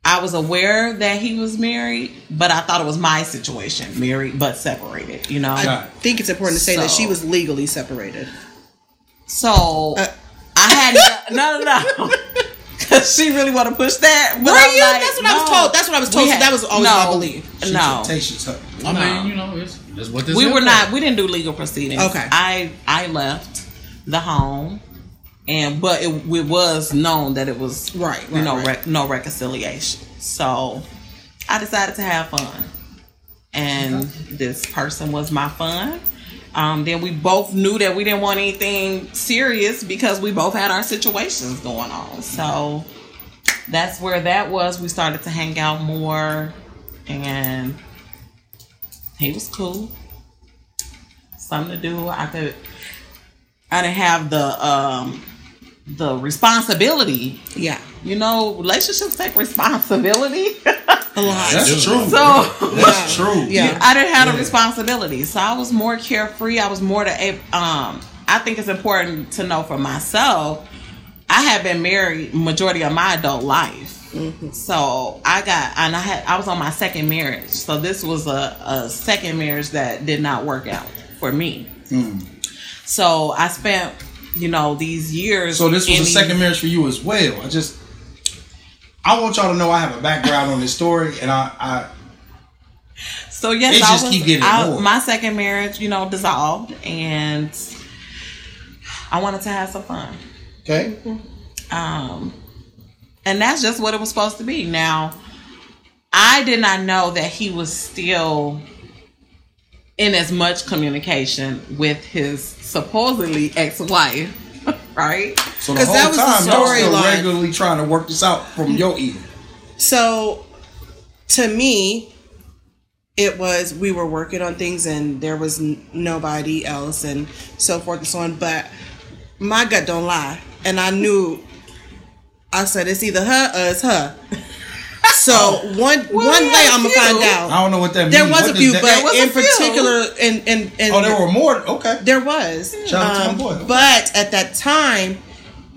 [SPEAKER 2] I was aware that he was married, but I thought it was my situation, married but separated. You know.
[SPEAKER 4] Got
[SPEAKER 5] I
[SPEAKER 4] it.
[SPEAKER 5] think it's important to say that
[SPEAKER 2] So-
[SPEAKER 5] she was legally separated.
[SPEAKER 2] So
[SPEAKER 5] Uh,
[SPEAKER 2] I had no, no, no. Cause she really want to push that. But
[SPEAKER 5] Were
[SPEAKER 2] I'm
[SPEAKER 5] you?
[SPEAKER 2] like,
[SPEAKER 5] That's what I was
[SPEAKER 2] no.
[SPEAKER 5] told. That's what I was told.
[SPEAKER 2] We
[SPEAKER 5] So
[SPEAKER 2] had-
[SPEAKER 5] that was always
[SPEAKER 2] no,
[SPEAKER 5] my belief.
[SPEAKER 2] No,
[SPEAKER 4] Temptations, huh?
[SPEAKER 7] I
[SPEAKER 2] No.
[SPEAKER 7] mean, you know, it's that's what this.
[SPEAKER 2] we
[SPEAKER 7] is
[SPEAKER 2] were
[SPEAKER 7] for.
[SPEAKER 2] not we didn't do legal proceedings
[SPEAKER 5] Okay.
[SPEAKER 2] i i left the home and but it, it was known that it was
[SPEAKER 5] Right,
[SPEAKER 2] you
[SPEAKER 5] right,
[SPEAKER 2] know
[SPEAKER 5] right.
[SPEAKER 2] Rec- no reconciliation so i decided to have fun and this person was my fun um, then we both knew that we didn't want anything serious because we both had our situations going on so that's where that was we started to hang out more and he was cool something to do. I could I didn't have the um the responsibility.
[SPEAKER 5] Yeah,
[SPEAKER 2] You know, relationships take responsibility.
[SPEAKER 5] a lot.
[SPEAKER 4] That's
[SPEAKER 7] do.
[SPEAKER 4] true.
[SPEAKER 2] so
[SPEAKER 4] That's true.
[SPEAKER 5] Yeah.
[SPEAKER 2] I didn't have the responsibility. So I was more carefree. I was more to ab- um I think it's important to know for myself. I have been married majority of my adult life. So I got and I had I was on my second
[SPEAKER 4] Hmm.
[SPEAKER 2] marriage. So this was a, a second marriage that did not work out for me. So I spent, you know, these years.
[SPEAKER 4] So this was
[SPEAKER 2] in
[SPEAKER 4] a
[SPEAKER 2] these-
[SPEAKER 4] second marriage for you as well. I just I want y'all to know I have a background on this story, and I, I
[SPEAKER 2] So yes,
[SPEAKER 4] It
[SPEAKER 2] I
[SPEAKER 4] just
[SPEAKER 2] was,
[SPEAKER 4] keep getting
[SPEAKER 2] I-
[SPEAKER 4] more.
[SPEAKER 2] My second marriage, you know, dissolved, and I wanted to have some fun.
[SPEAKER 4] okay.
[SPEAKER 5] Mm-hmm.
[SPEAKER 2] Um, and that's just what it was supposed to be. Now, I did not know that he was still in as much communication with his supposedly ex-wife, right?
[SPEAKER 4] So the
[SPEAKER 5] 'Cause
[SPEAKER 4] whole
[SPEAKER 5] that was the
[SPEAKER 4] time y'all still
[SPEAKER 5] storyline.
[SPEAKER 4] regularly trying to work this out from your end.
[SPEAKER 5] So to me, it was we were working on things and there was n- nobody else and so forth and so on. But my gut don't lie. And I knew, I said, it's either her or it's her. So one one
[SPEAKER 2] we
[SPEAKER 5] day
[SPEAKER 2] had a
[SPEAKER 5] I'm gonna
[SPEAKER 2] few.
[SPEAKER 5] find out.
[SPEAKER 4] Oh. I don't know what that
[SPEAKER 5] There
[SPEAKER 4] means.
[SPEAKER 5] was
[SPEAKER 4] What
[SPEAKER 5] a
[SPEAKER 4] does
[SPEAKER 5] few,
[SPEAKER 4] that-
[SPEAKER 5] but
[SPEAKER 2] was a
[SPEAKER 5] in
[SPEAKER 2] few.
[SPEAKER 5] particular, and and and
[SPEAKER 4] oh, there were more. Okay,
[SPEAKER 5] There was. um,
[SPEAKER 4] Shout out to my boy.
[SPEAKER 5] But at that time,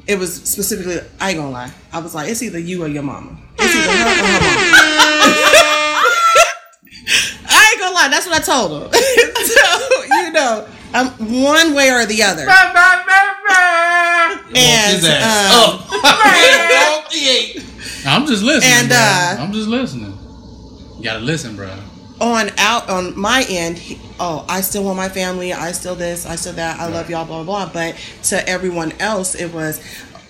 [SPEAKER 5] it was specifically, I ain't gonna lie, I was like, it's either you or your mama. It's either her or her mama. I ain't gonna lie, that's what I told him. so, you know, I'm one way or the other.
[SPEAKER 4] Walk
[SPEAKER 5] and
[SPEAKER 4] his ass Oh.
[SPEAKER 5] um,
[SPEAKER 7] I'm just listening.
[SPEAKER 5] And,
[SPEAKER 7] bro.
[SPEAKER 5] uh,
[SPEAKER 7] I'm just listening. You gotta listen, bro.
[SPEAKER 5] on out on my end, he, oh, I still want my family. I still this. I still that. I love y'all. Blah blah. blah. But to everyone else, it was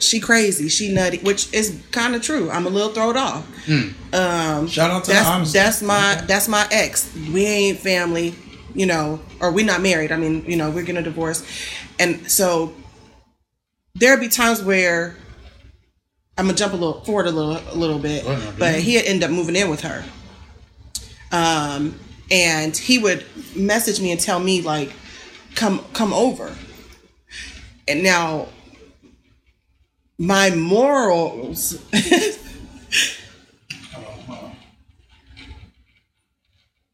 [SPEAKER 5] she crazy. She nutty, which is kind of true. I'm a little throwed off. Um,
[SPEAKER 4] Shout out to the
[SPEAKER 5] that's,
[SPEAKER 4] honesty.
[SPEAKER 5] that's my that's my ex. We ain't family, you know, or we not married. I mean, you know, we're getting a divorce, and so there'd be times where I'm gonna jump a little forward a little a little bit,
[SPEAKER 7] Well, now,
[SPEAKER 5] but
[SPEAKER 7] dude.
[SPEAKER 5] he'd end up moving in with her. Um, and he would message me and tell me like, "Come come over." And now, my morals.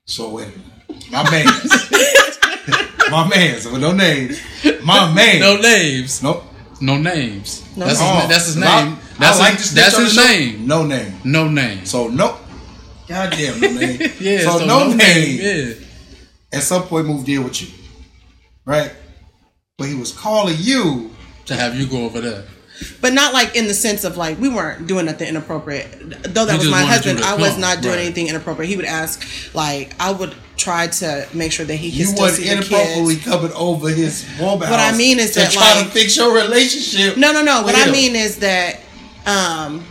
[SPEAKER 4] So wait, a minute. my man's, my man's with no names, my man.
[SPEAKER 7] No names.
[SPEAKER 4] Nope.
[SPEAKER 7] No names.
[SPEAKER 5] No
[SPEAKER 7] That's,
[SPEAKER 4] Oh,
[SPEAKER 7] his, that's his
[SPEAKER 4] I-
[SPEAKER 7] name. that's
[SPEAKER 4] I like
[SPEAKER 7] his,
[SPEAKER 4] this
[SPEAKER 7] that's
[SPEAKER 4] bitch on
[SPEAKER 7] his
[SPEAKER 4] the show.
[SPEAKER 7] name.
[SPEAKER 4] No name.
[SPEAKER 7] No name.
[SPEAKER 4] So nope. Goddamn no name.
[SPEAKER 7] yeah.
[SPEAKER 4] So, no, name.
[SPEAKER 7] name.
[SPEAKER 4] At some point moved in with you, right? But he was calling
[SPEAKER 7] Yeah.
[SPEAKER 4] you.
[SPEAKER 7] To have you go over there.
[SPEAKER 5] but not like in the sense of like we weren't doing nothing inappropriate. Though that
[SPEAKER 7] You
[SPEAKER 5] was
[SPEAKER 7] just
[SPEAKER 5] my
[SPEAKER 7] wanted
[SPEAKER 5] husband,
[SPEAKER 7] you to
[SPEAKER 5] I was
[SPEAKER 7] come,
[SPEAKER 5] not doing
[SPEAKER 7] right.
[SPEAKER 5] anything inappropriate. He would ask, like I would try to make sure that he could
[SPEAKER 4] You
[SPEAKER 5] still
[SPEAKER 4] was
[SPEAKER 5] see the kids.
[SPEAKER 4] inappropriately coming over his woman.
[SPEAKER 5] What I
[SPEAKER 4] house
[SPEAKER 5] mean is
[SPEAKER 4] to
[SPEAKER 5] that,
[SPEAKER 4] try to
[SPEAKER 5] like-
[SPEAKER 4] fix your relationship.
[SPEAKER 5] No, no, no. What
[SPEAKER 4] with
[SPEAKER 5] I
[SPEAKER 4] him.
[SPEAKER 5] mean is that, um,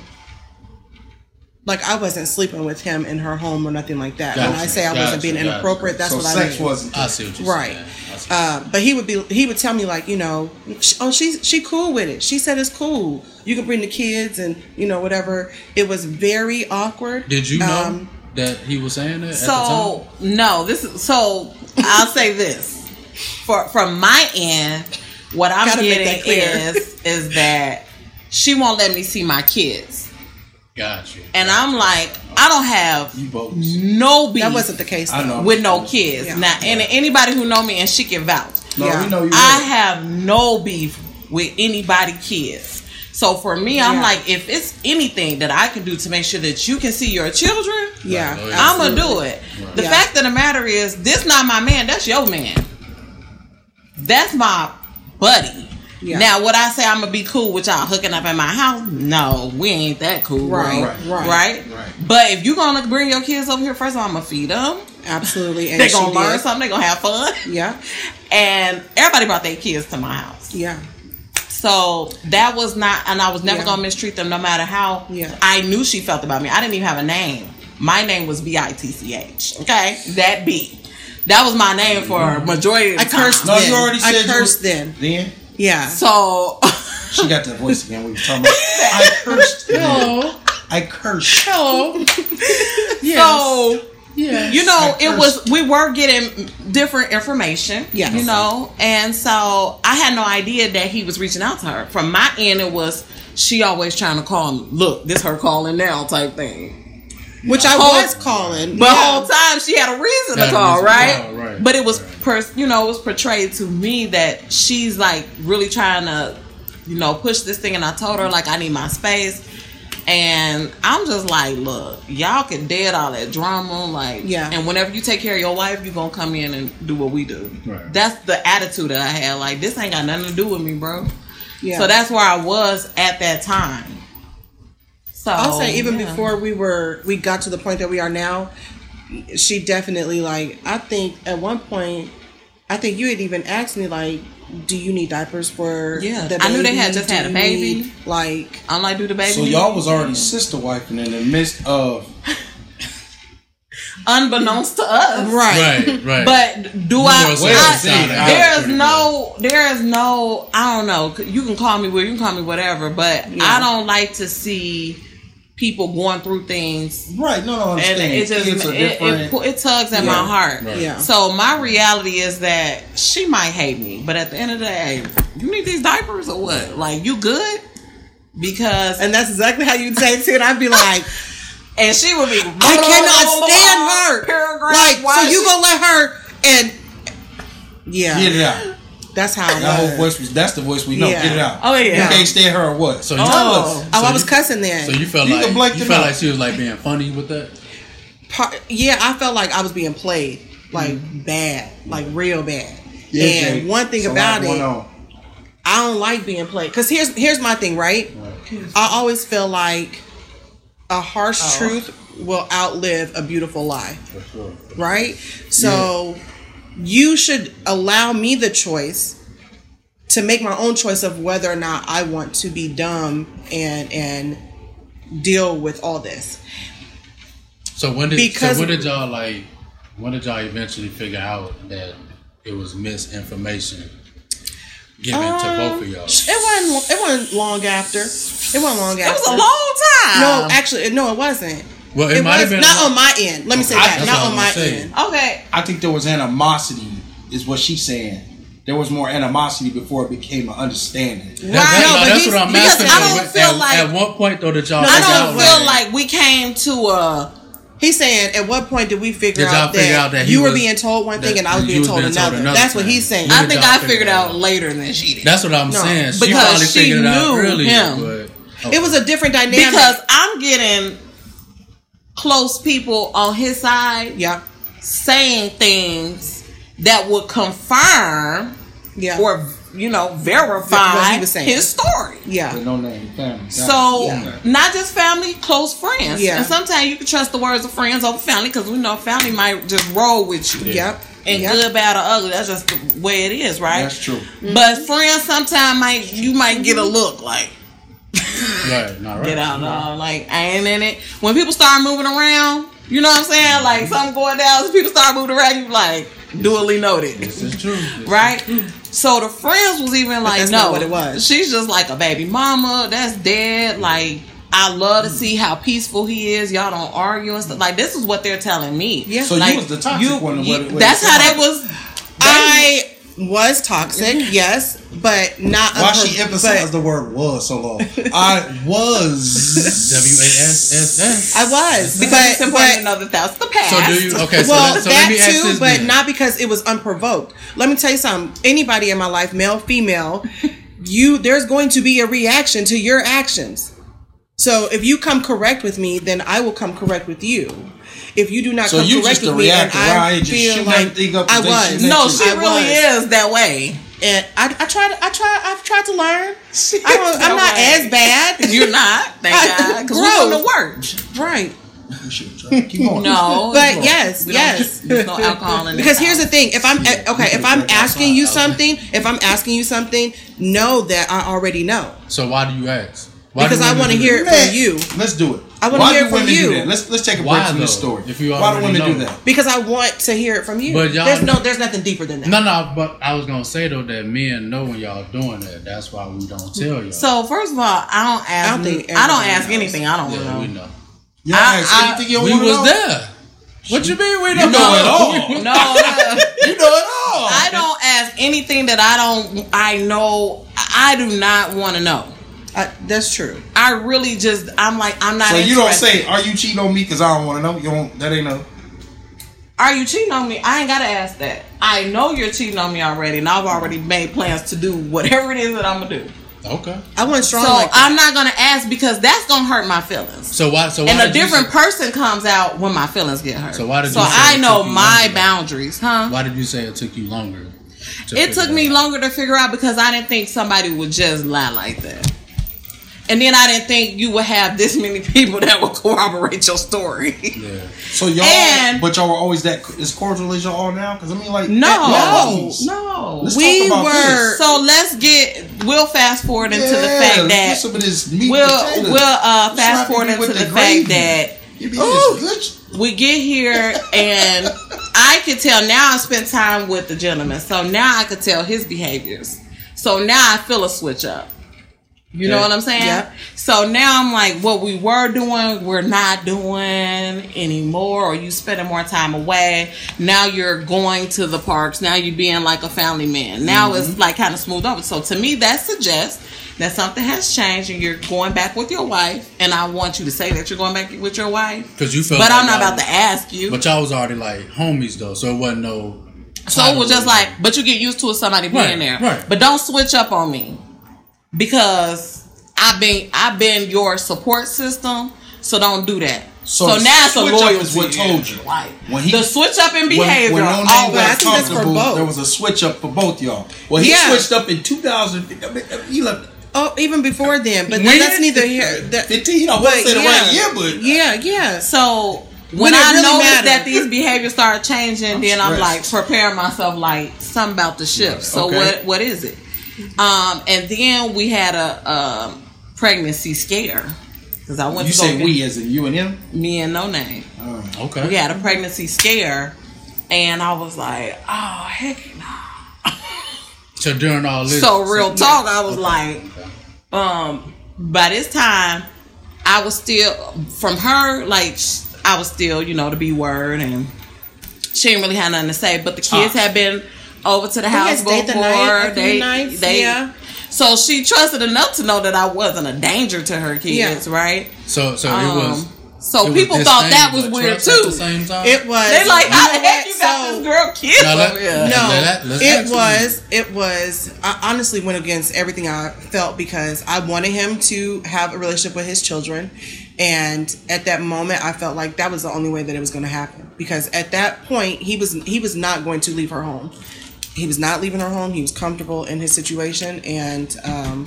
[SPEAKER 5] like I wasn't sleeping with him in her home or nothing like that. when I
[SPEAKER 7] Gotcha,
[SPEAKER 5] say I wasn't
[SPEAKER 7] gotcha,
[SPEAKER 5] being
[SPEAKER 7] gotcha.
[SPEAKER 5] inappropriate, that's
[SPEAKER 4] so
[SPEAKER 5] what I
[SPEAKER 4] sex
[SPEAKER 5] mean.
[SPEAKER 4] wasn't.
[SPEAKER 7] I see what you're
[SPEAKER 5] Right.
[SPEAKER 7] saying. I see.
[SPEAKER 5] Uh, but he would be he would tell me like you know sh- oh she's she cool with it she said it's cool you can bring the kids and you know whatever it was very awkward
[SPEAKER 7] Did you know
[SPEAKER 5] Um,
[SPEAKER 7] that he was saying that? at
[SPEAKER 2] So no, this is so. I'll say this for from my end. What I'm
[SPEAKER 5] Gotta make
[SPEAKER 2] getting
[SPEAKER 5] that clear.
[SPEAKER 2] is is that she won't let me see my kids,
[SPEAKER 7] the time? Got you.
[SPEAKER 2] and I'm like, I don't have
[SPEAKER 4] You both.
[SPEAKER 2] no beef
[SPEAKER 5] that wasn't the case
[SPEAKER 4] I know.
[SPEAKER 2] with no kids.
[SPEAKER 5] Yeah.
[SPEAKER 2] Now, and anybody who know me and she can vouch.
[SPEAKER 4] No,
[SPEAKER 5] Yeah.
[SPEAKER 4] we know you.
[SPEAKER 2] I
[SPEAKER 4] right.
[SPEAKER 2] have no beef with anybody kids. So for me, I'm
[SPEAKER 5] Yeah.
[SPEAKER 2] like, if it's anything that I can do to make sure that you can see your children,
[SPEAKER 5] yeah
[SPEAKER 7] Right.
[SPEAKER 2] I'm
[SPEAKER 5] absolutely.
[SPEAKER 2] gonna do it. The
[SPEAKER 5] Yeah.
[SPEAKER 2] fact of the matter is, this not my man. That's your man. That's my buddy.
[SPEAKER 5] Yeah.
[SPEAKER 2] Now, would I say I'm gonna be cool with y'all hooking up in my house? No, we ain't that cool,
[SPEAKER 5] Right,
[SPEAKER 2] right?
[SPEAKER 5] right,
[SPEAKER 2] right.
[SPEAKER 4] right.
[SPEAKER 2] But if you gonna bring your kids over here, first of all, I'm gonna feed them.
[SPEAKER 5] absolutely and
[SPEAKER 2] They
[SPEAKER 5] she
[SPEAKER 2] gonna learn
[SPEAKER 5] did.
[SPEAKER 2] something. They gonna have fun.
[SPEAKER 5] yeah
[SPEAKER 2] And everybody brought their kids to my house.
[SPEAKER 5] yeah
[SPEAKER 2] So that was not, and I was never
[SPEAKER 5] Yeah.
[SPEAKER 2] gonna mistreat them no matter how
[SPEAKER 5] Yeah.
[SPEAKER 2] I knew she felt about me. I didn't even have a name. My name was B I T C H. Okay, that B. That was my name for a majority of the
[SPEAKER 5] I
[SPEAKER 2] time.
[SPEAKER 5] cursed
[SPEAKER 4] No,
[SPEAKER 5] then.
[SPEAKER 4] you already
[SPEAKER 5] I
[SPEAKER 4] said you-
[SPEAKER 5] cursed then
[SPEAKER 4] Then
[SPEAKER 5] yeah
[SPEAKER 2] So
[SPEAKER 4] she got that voice again. We were talking about. I cursed. Hello. I cursed.
[SPEAKER 2] So you know,
[SPEAKER 4] At
[SPEAKER 2] it
[SPEAKER 4] first.
[SPEAKER 2] was we were getting different information.
[SPEAKER 5] Yes.
[SPEAKER 2] You know, and so I had no idea that he was reaching out to her. From my end, it was she always trying to call me. Look, this her calling now type thing.
[SPEAKER 5] which I
[SPEAKER 2] Whole-
[SPEAKER 5] was calling
[SPEAKER 2] But
[SPEAKER 5] yeah.
[SPEAKER 2] whole time she had a reason
[SPEAKER 7] Had
[SPEAKER 2] to
[SPEAKER 7] a
[SPEAKER 2] call,
[SPEAKER 7] reason to
[SPEAKER 2] right?
[SPEAKER 7] call, right,
[SPEAKER 2] But it was
[SPEAKER 7] right.
[SPEAKER 2] pers- you know, it was portrayed to me that she's like really trying to, you know, push this thing and I told her like I need my space. And I'm just like, look, y'all can dead all that drama, like,
[SPEAKER 5] Yeah.
[SPEAKER 2] And whenever you take care of your wife, you gonna come in and do what we do.
[SPEAKER 7] Right.
[SPEAKER 2] That's the attitude that I had. Like, this ain't got nothing to do with me, bro.
[SPEAKER 5] Yeah.
[SPEAKER 2] So that's where I was at that time. So
[SPEAKER 5] I'll say even
[SPEAKER 2] Oh, yeah.
[SPEAKER 5] before we were we got to the point that we are now, she definitely like I think at one point, I think you had even asked me like, do you need diapers for?
[SPEAKER 2] Yeah, I knew they had just
[SPEAKER 5] Do
[SPEAKER 2] had a
[SPEAKER 5] you
[SPEAKER 2] baby."
[SPEAKER 5] need, like
[SPEAKER 2] I'm like, do the baby.
[SPEAKER 4] So y'all was already sister wife and in the midst of
[SPEAKER 2] unbeknownst to us,
[SPEAKER 7] Right, right.
[SPEAKER 2] But do I?
[SPEAKER 7] Well
[SPEAKER 2] I-
[SPEAKER 7] said, Alex,
[SPEAKER 2] there is
[SPEAKER 7] pretty
[SPEAKER 2] no, there is no. I don't know. You can call me weird. You can call me whatever. But I don't like to see people going through things,
[SPEAKER 4] right. No, no, I'm
[SPEAKER 2] and
[SPEAKER 4] saying
[SPEAKER 2] it just
[SPEAKER 4] kids
[SPEAKER 2] it,
[SPEAKER 4] are
[SPEAKER 2] it,
[SPEAKER 4] different.
[SPEAKER 2] pu- it tugs at my heart.
[SPEAKER 7] right.
[SPEAKER 5] yeah.
[SPEAKER 2] So my reality is that she might hate me, but at the end of the day, you need these diapers or what? Like you good? Because and,
[SPEAKER 5] and that's exactly how you'd say it too, and I'd be like,
[SPEAKER 2] she would be.
[SPEAKER 5] I cannot stand her.
[SPEAKER 2] Paragraph.
[SPEAKER 5] like,
[SPEAKER 2] why
[SPEAKER 5] so you
[SPEAKER 2] she-
[SPEAKER 5] gonna let her and yeah,
[SPEAKER 4] Get it out.
[SPEAKER 5] that's how. I
[SPEAKER 4] That
[SPEAKER 5] was.
[SPEAKER 4] whole voice was that's the voice we know.
[SPEAKER 5] Yeah.
[SPEAKER 4] Get it out.
[SPEAKER 2] Oh yeah.
[SPEAKER 4] You can't stand her or what?
[SPEAKER 7] So
[SPEAKER 4] So
[SPEAKER 7] you,
[SPEAKER 2] Oh.
[SPEAKER 5] Oh,
[SPEAKER 7] so
[SPEAKER 5] I was
[SPEAKER 7] you-
[SPEAKER 5] cussing then.
[SPEAKER 7] So you felt
[SPEAKER 4] You can
[SPEAKER 7] like
[SPEAKER 4] blank
[SPEAKER 7] you
[SPEAKER 4] them
[SPEAKER 7] felt
[SPEAKER 4] out.
[SPEAKER 7] like she was like being funny with that.
[SPEAKER 5] Par- yeah, I felt like I was being played, like
[SPEAKER 2] Mm-hmm.
[SPEAKER 5] bad, like real bad.
[SPEAKER 4] Yeah,
[SPEAKER 5] and
[SPEAKER 4] Jay,
[SPEAKER 5] one thing
[SPEAKER 4] it's a lot
[SPEAKER 5] about
[SPEAKER 4] going
[SPEAKER 5] it,
[SPEAKER 4] on.
[SPEAKER 5] I don't like being played. Cause here's here's my thing, right? I always feel like a harsh
[SPEAKER 7] Oh.
[SPEAKER 5] truth will outlive a beautiful lie, right? So you should allow me the choice to make my own choice of whether or not I want to be dumb and and deal with all this.
[SPEAKER 7] So when did
[SPEAKER 5] Because-
[SPEAKER 7] so when did y'all like when did y'all eventually figure out that it was misinformation given to both of y'all?
[SPEAKER 5] It wasn't. It wasn't long after. It wasn't long
[SPEAKER 2] It
[SPEAKER 5] after.
[SPEAKER 2] was a long time.
[SPEAKER 5] No, actually, no, it wasn't.
[SPEAKER 7] Well, it,
[SPEAKER 5] It,
[SPEAKER 7] might
[SPEAKER 5] was
[SPEAKER 7] have been
[SPEAKER 5] not on my end. Let me say
[SPEAKER 7] I-
[SPEAKER 5] that.
[SPEAKER 7] that's what
[SPEAKER 5] Not
[SPEAKER 7] I was
[SPEAKER 5] on my
[SPEAKER 7] gonna say.
[SPEAKER 5] end.
[SPEAKER 2] Okay.
[SPEAKER 4] I think there was animosity, is what she's saying. There was more animosity before it became an understanding.
[SPEAKER 7] That- that-
[SPEAKER 5] No, but
[SPEAKER 7] that's
[SPEAKER 5] he's-
[SPEAKER 7] what I'm
[SPEAKER 5] because
[SPEAKER 7] asking.
[SPEAKER 2] I don't
[SPEAKER 7] at,
[SPEAKER 2] feel
[SPEAKER 7] at-
[SPEAKER 2] like-
[SPEAKER 7] at what point though did y'all
[SPEAKER 5] No,
[SPEAKER 7] figure
[SPEAKER 2] I don't
[SPEAKER 7] out
[SPEAKER 2] feel
[SPEAKER 7] that-
[SPEAKER 2] like we came to a.
[SPEAKER 5] He's saying, at what point did we figure,
[SPEAKER 7] Did y'all
[SPEAKER 5] out,
[SPEAKER 7] figure
[SPEAKER 5] that
[SPEAKER 7] out that he
[SPEAKER 5] you were
[SPEAKER 7] was-
[SPEAKER 5] being told one thing
[SPEAKER 7] that
[SPEAKER 5] and I was
[SPEAKER 7] you
[SPEAKER 5] being
[SPEAKER 7] was
[SPEAKER 5] told
[SPEAKER 7] being told
[SPEAKER 5] another?
[SPEAKER 7] another
[SPEAKER 5] That's what
[SPEAKER 7] thing.
[SPEAKER 5] he's saying.
[SPEAKER 7] When
[SPEAKER 2] I
[SPEAKER 7] did
[SPEAKER 2] think
[SPEAKER 7] y'all
[SPEAKER 2] I
[SPEAKER 7] figure
[SPEAKER 2] figured
[SPEAKER 7] it
[SPEAKER 2] out
[SPEAKER 7] out?
[SPEAKER 2] later than she did.
[SPEAKER 7] That's what I'm
[SPEAKER 5] No,
[SPEAKER 7] saying. She
[SPEAKER 2] because
[SPEAKER 7] probably
[SPEAKER 2] she
[SPEAKER 7] figured it out
[SPEAKER 2] knew
[SPEAKER 7] earlier,
[SPEAKER 2] him.
[SPEAKER 7] but
[SPEAKER 5] It was a different dynamic.
[SPEAKER 2] Because I'm getting close people on his side
[SPEAKER 5] yeah,
[SPEAKER 2] saying things that would confirm
[SPEAKER 5] yeah,
[SPEAKER 2] or you know
[SPEAKER 5] What
[SPEAKER 2] verify
[SPEAKER 5] he was saying.
[SPEAKER 2] his story.
[SPEAKER 4] With
[SPEAKER 5] yeah,
[SPEAKER 4] no name, family.
[SPEAKER 2] So
[SPEAKER 4] Yeah.
[SPEAKER 2] not just family, close friends.
[SPEAKER 5] Yeah.
[SPEAKER 2] And sometimes you can trust the words of friends over family because we know family might just roll with you.
[SPEAKER 5] yep,
[SPEAKER 2] And
[SPEAKER 5] yep.
[SPEAKER 2] good, bad, or ugly, that's just the way it is, right?
[SPEAKER 4] That's true.
[SPEAKER 2] But friends, sometimes might you might get a look like
[SPEAKER 7] right, not right.
[SPEAKER 2] get out, dog. Like I ain't in it. When people start moving around, you know what I'm saying? Like something going down, so people start moving around. You like duly noted,
[SPEAKER 7] This is true.
[SPEAKER 2] right? So the friends was even like,
[SPEAKER 5] that's
[SPEAKER 2] no,
[SPEAKER 5] not what it was.
[SPEAKER 2] She's just like a baby mama. That's dead. Like I love to see how peaceful he is. Y'all don't argue and stuff. Like this is what they're telling me.
[SPEAKER 5] Yeah.
[SPEAKER 4] So
[SPEAKER 2] Like,
[SPEAKER 4] you was the toxic
[SPEAKER 2] you-
[SPEAKER 4] one. or
[SPEAKER 2] you-
[SPEAKER 4] what it was.
[SPEAKER 2] that's how that was.
[SPEAKER 5] I was toxic, yes, but not.
[SPEAKER 4] Why
[SPEAKER 5] of her-
[SPEAKER 4] she emphasized
[SPEAKER 5] but
[SPEAKER 4] the word "was" so long? I was.
[SPEAKER 7] W A S S S.
[SPEAKER 5] I was,
[SPEAKER 2] It's
[SPEAKER 5] but
[SPEAKER 2] important to
[SPEAKER 5] but
[SPEAKER 2] know that that's the past.
[SPEAKER 7] So do you okay? So,
[SPEAKER 5] well,
[SPEAKER 7] let, so let
[SPEAKER 5] that
[SPEAKER 7] me ask
[SPEAKER 5] too,
[SPEAKER 7] this
[SPEAKER 5] but
[SPEAKER 7] then.
[SPEAKER 5] not because it was unprovoked. Let me tell you something. Anybody in my life, male, female, you there's going to be a reaction to your actions. So if you come correct with me, then I will come correct with you. If you do not
[SPEAKER 4] So
[SPEAKER 5] come
[SPEAKER 4] you
[SPEAKER 5] correct
[SPEAKER 4] just a
[SPEAKER 5] with me, and
[SPEAKER 4] reactor,
[SPEAKER 5] I
[SPEAKER 4] right? Just
[SPEAKER 5] feel
[SPEAKER 4] shooting everything
[SPEAKER 5] like
[SPEAKER 4] up
[SPEAKER 5] I
[SPEAKER 4] and then
[SPEAKER 5] was
[SPEAKER 4] shooting
[SPEAKER 2] No,
[SPEAKER 4] that
[SPEAKER 2] she
[SPEAKER 5] I
[SPEAKER 2] really
[SPEAKER 5] was.
[SPEAKER 2] is that way.
[SPEAKER 5] and I, I tried. I tried. I've tried to learn.
[SPEAKER 2] She
[SPEAKER 5] I don't,
[SPEAKER 2] is
[SPEAKER 5] I'm not
[SPEAKER 2] that way.
[SPEAKER 5] as bad.
[SPEAKER 2] You're not, thank
[SPEAKER 5] I-
[SPEAKER 2] God, because we're
[SPEAKER 5] Gross.
[SPEAKER 2] from the work.
[SPEAKER 5] right.
[SPEAKER 4] You should try. Keep going.
[SPEAKER 2] No,
[SPEAKER 7] Oh,
[SPEAKER 5] But yes,
[SPEAKER 2] We don't-
[SPEAKER 5] yes.
[SPEAKER 2] There's no alcohol in
[SPEAKER 5] Because
[SPEAKER 2] this
[SPEAKER 5] here's the
[SPEAKER 2] house.
[SPEAKER 5] thing: if I'm eh, okay, if I'm
[SPEAKER 4] drink outside,
[SPEAKER 5] asking you
[SPEAKER 4] I would.
[SPEAKER 5] something, if I'm asking you something, know that I already know
[SPEAKER 7] so why do you ask? Why do
[SPEAKER 5] because I
[SPEAKER 7] women
[SPEAKER 5] want to
[SPEAKER 7] do
[SPEAKER 5] hear it
[SPEAKER 7] that?
[SPEAKER 5] from you.
[SPEAKER 4] Let's do it.
[SPEAKER 5] I wanna
[SPEAKER 4] Why
[SPEAKER 5] hear
[SPEAKER 4] do
[SPEAKER 5] from
[SPEAKER 4] women
[SPEAKER 5] you.
[SPEAKER 4] Do that? Let's let's take a
[SPEAKER 7] Why,
[SPEAKER 4] break from this
[SPEAKER 7] though,
[SPEAKER 4] story.
[SPEAKER 7] if you
[SPEAKER 4] Why do
[SPEAKER 7] already
[SPEAKER 4] women do
[SPEAKER 7] know?
[SPEAKER 4] that?
[SPEAKER 5] Because I want to hear it from you.
[SPEAKER 7] But y'all-
[SPEAKER 5] there's no, there's nothing deeper than that.
[SPEAKER 7] No, no. But I was gonna say though that men know when y'all doing that. That's why we don't tell y'all.
[SPEAKER 2] So Oh, first of all, I don't ask.
[SPEAKER 5] I
[SPEAKER 2] I don't,
[SPEAKER 5] don't think
[SPEAKER 2] ask
[SPEAKER 5] everybody knows.
[SPEAKER 2] anything. I don't
[SPEAKER 7] yeah,
[SPEAKER 2] know.
[SPEAKER 7] we know.
[SPEAKER 4] Y'all
[SPEAKER 2] I-
[SPEAKER 4] ask
[SPEAKER 2] I-
[SPEAKER 4] anything you don't
[SPEAKER 7] We
[SPEAKER 4] want to
[SPEAKER 7] was
[SPEAKER 4] know.
[SPEAKER 7] there. What you mean we
[SPEAKER 4] You
[SPEAKER 7] don't
[SPEAKER 4] know it all.
[SPEAKER 2] No, no.
[SPEAKER 4] You know it all.
[SPEAKER 2] I don't ask anything that I don't. I know. I do not want to know.
[SPEAKER 5] I, Uh, that's true.
[SPEAKER 2] I really just. I'm like. I'm not.
[SPEAKER 4] So you don't
[SPEAKER 2] interested.
[SPEAKER 4] say, "Are you cheating on me?" Because I don't want to know. You don't. That ain't no.
[SPEAKER 2] Are you cheating on me? I ain't gotta ask that. I know you're cheating on me already, and I've already made plans to do whatever it is that I'm gonna do.
[SPEAKER 7] Okay.
[SPEAKER 5] I went strong.
[SPEAKER 2] So
[SPEAKER 5] like that.
[SPEAKER 2] I'm not gonna ask because that's gonna hurt my feelings.
[SPEAKER 7] So why? So why
[SPEAKER 2] and a
[SPEAKER 7] did you
[SPEAKER 2] different
[SPEAKER 7] say-
[SPEAKER 2] person comes out when my feelings get hurt.
[SPEAKER 7] So why did
[SPEAKER 2] So
[SPEAKER 7] you say
[SPEAKER 2] I
[SPEAKER 7] it
[SPEAKER 2] know
[SPEAKER 7] took you
[SPEAKER 2] my
[SPEAKER 7] longer?
[SPEAKER 2] boundaries, huh?
[SPEAKER 7] Why did you say it took you longer? to
[SPEAKER 2] It
[SPEAKER 7] figure
[SPEAKER 2] took me
[SPEAKER 7] out?
[SPEAKER 2] longer to figure out because I didn't think somebody would just lie like that. And then I didn't think you would have this many people that would corroborate your story.
[SPEAKER 7] Yeah.
[SPEAKER 4] So y'all,
[SPEAKER 2] And-
[SPEAKER 4] but y'all were always that as cordial as y'all are now. Because I mean, like,
[SPEAKER 2] No,
[SPEAKER 4] Let's
[SPEAKER 2] no.
[SPEAKER 4] talk
[SPEAKER 5] We
[SPEAKER 4] about
[SPEAKER 5] were-
[SPEAKER 4] this.
[SPEAKER 2] So let's get. We'll fast forward into the
[SPEAKER 4] Yeah,
[SPEAKER 2] fact
[SPEAKER 4] let's get
[SPEAKER 2] that
[SPEAKER 4] some of this meat
[SPEAKER 2] we'll
[SPEAKER 4] potatoes.
[SPEAKER 2] we'll uh, fast
[SPEAKER 4] Sloppy
[SPEAKER 2] forward
[SPEAKER 4] with
[SPEAKER 2] into
[SPEAKER 4] the
[SPEAKER 2] the
[SPEAKER 4] gravy.
[SPEAKER 2] fact that
[SPEAKER 4] You be
[SPEAKER 2] Ooh.
[SPEAKER 4] this good sh-
[SPEAKER 2] we get here and I could tell now I spent time with the gentleman, so now I could tell his behaviors. So now I feel a switch up. You know
[SPEAKER 7] Yeah.
[SPEAKER 2] what I'm saying?
[SPEAKER 5] Yeah.
[SPEAKER 2] So now I'm like, what we were doing, we're not doing anymore, or you spending more time away. Now you're going to the parks. Now you're being like a family man. Now it's like kind of smoothed over. So to me, that suggests that something has changed and you're going back with your wife. And I want you to say that you're going back with your wife.
[SPEAKER 7] Because you felt.
[SPEAKER 2] But
[SPEAKER 7] like
[SPEAKER 2] I'm not
[SPEAKER 7] y'all-
[SPEAKER 2] about to ask you.
[SPEAKER 7] But y'all was already like homies though, so it wasn't no.
[SPEAKER 2] So it was just like, but you get used to it, somebody being
[SPEAKER 7] Right,
[SPEAKER 2] there.
[SPEAKER 7] right.
[SPEAKER 2] But don't switch up on me because I've been I've been your support system. So don't do that. So,
[SPEAKER 4] the
[SPEAKER 2] now it's a
[SPEAKER 4] switch up
[SPEAKER 2] loyalty.
[SPEAKER 4] is what told you.
[SPEAKER 2] Like
[SPEAKER 4] When he-
[SPEAKER 2] the switch up in behavior.
[SPEAKER 4] When, when no name
[SPEAKER 2] always-
[SPEAKER 5] I
[SPEAKER 4] was
[SPEAKER 5] think that's for
[SPEAKER 4] comfortable,
[SPEAKER 5] both.
[SPEAKER 4] there was a switch up for both y'all. Well, he
[SPEAKER 5] Yeah.
[SPEAKER 4] switched up in 2000. I mean, uh, He left
[SPEAKER 5] oh, even before then, but
[SPEAKER 4] When?
[SPEAKER 5] that's neither here. That,
[SPEAKER 4] 15. I wouldn't
[SPEAKER 5] but
[SPEAKER 4] say the right
[SPEAKER 5] yeah.
[SPEAKER 4] year, but
[SPEAKER 5] yeah, yeah.
[SPEAKER 2] so when,
[SPEAKER 5] When it
[SPEAKER 2] I
[SPEAKER 5] really
[SPEAKER 2] noticed
[SPEAKER 5] mattered.
[SPEAKER 2] that these behaviors started changing, then I'm like
[SPEAKER 4] stressed.
[SPEAKER 2] preparing myself like something about the shift. So
[SPEAKER 4] Okay.
[SPEAKER 2] what what is it? Um, and then we had a um, pregnancy scare because I went
[SPEAKER 4] you
[SPEAKER 2] to go
[SPEAKER 4] say
[SPEAKER 2] get-
[SPEAKER 4] we as in you and him.
[SPEAKER 2] me and no name.
[SPEAKER 7] okay.
[SPEAKER 2] We had a pregnancy scare, and I was like, oh heck no.
[SPEAKER 7] So during all this,
[SPEAKER 2] So real talk, I was like, um. By this time, I was still from her. Like sh- I was still, you know, the B word, and she didn't really have nothing to say. But the kids
[SPEAKER 7] Ah.
[SPEAKER 2] had been over to the house
[SPEAKER 5] had stayed
[SPEAKER 2] before.
[SPEAKER 5] the night, a few
[SPEAKER 2] they,
[SPEAKER 5] nights,
[SPEAKER 2] they,
[SPEAKER 5] yeah.
[SPEAKER 2] So she trusted enough to know that I wasn't a danger to her kids, right? Um,
[SPEAKER 7] so so it was.
[SPEAKER 2] so
[SPEAKER 5] Oh,
[SPEAKER 7] it was
[SPEAKER 2] people
[SPEAKER 7] this
[SPEAKER 2] thought
[SPEAKER 7] thing,
[SPEAKER 2] that was
[SPEAKER 7] but
[SPEAKER 2] weird
[SPEAKER 7] trust at
[SPEAKER 2] too.
[SPEAKER 7] The same time.
[SPEAKER 5] It was.
[SPEAKER 2] They like,
[SPEAKER 5] you
[SPEAKER 2] how
[SPEAKER 5] know
[SPEAKER 2] the heck
[SPEAKER 5] what?
[SPEAKER 2] you got
[SPEAKER 5] So-
[SPEAKER 2] this girl killed?
[SPEAKER 7] Now
[SPEAKER 2] over
[SPEAKER 7] let-
[SPEAKER 2] here?
[SPEAKER 5] No,
[SPEAKER 7] Let- let's
[SPEAKER 5] it
[SPEAKER 7] ask
[SPEAKER 5] was. It was. I honestly went against everything I felt because I wanted him to have a relationship with his children, and at that moment, I felt like that was the only way that it was going to happen. Because at that point, he was he was not going to leave her home. He was not leaving her home. He was comfortable in his situation, and um,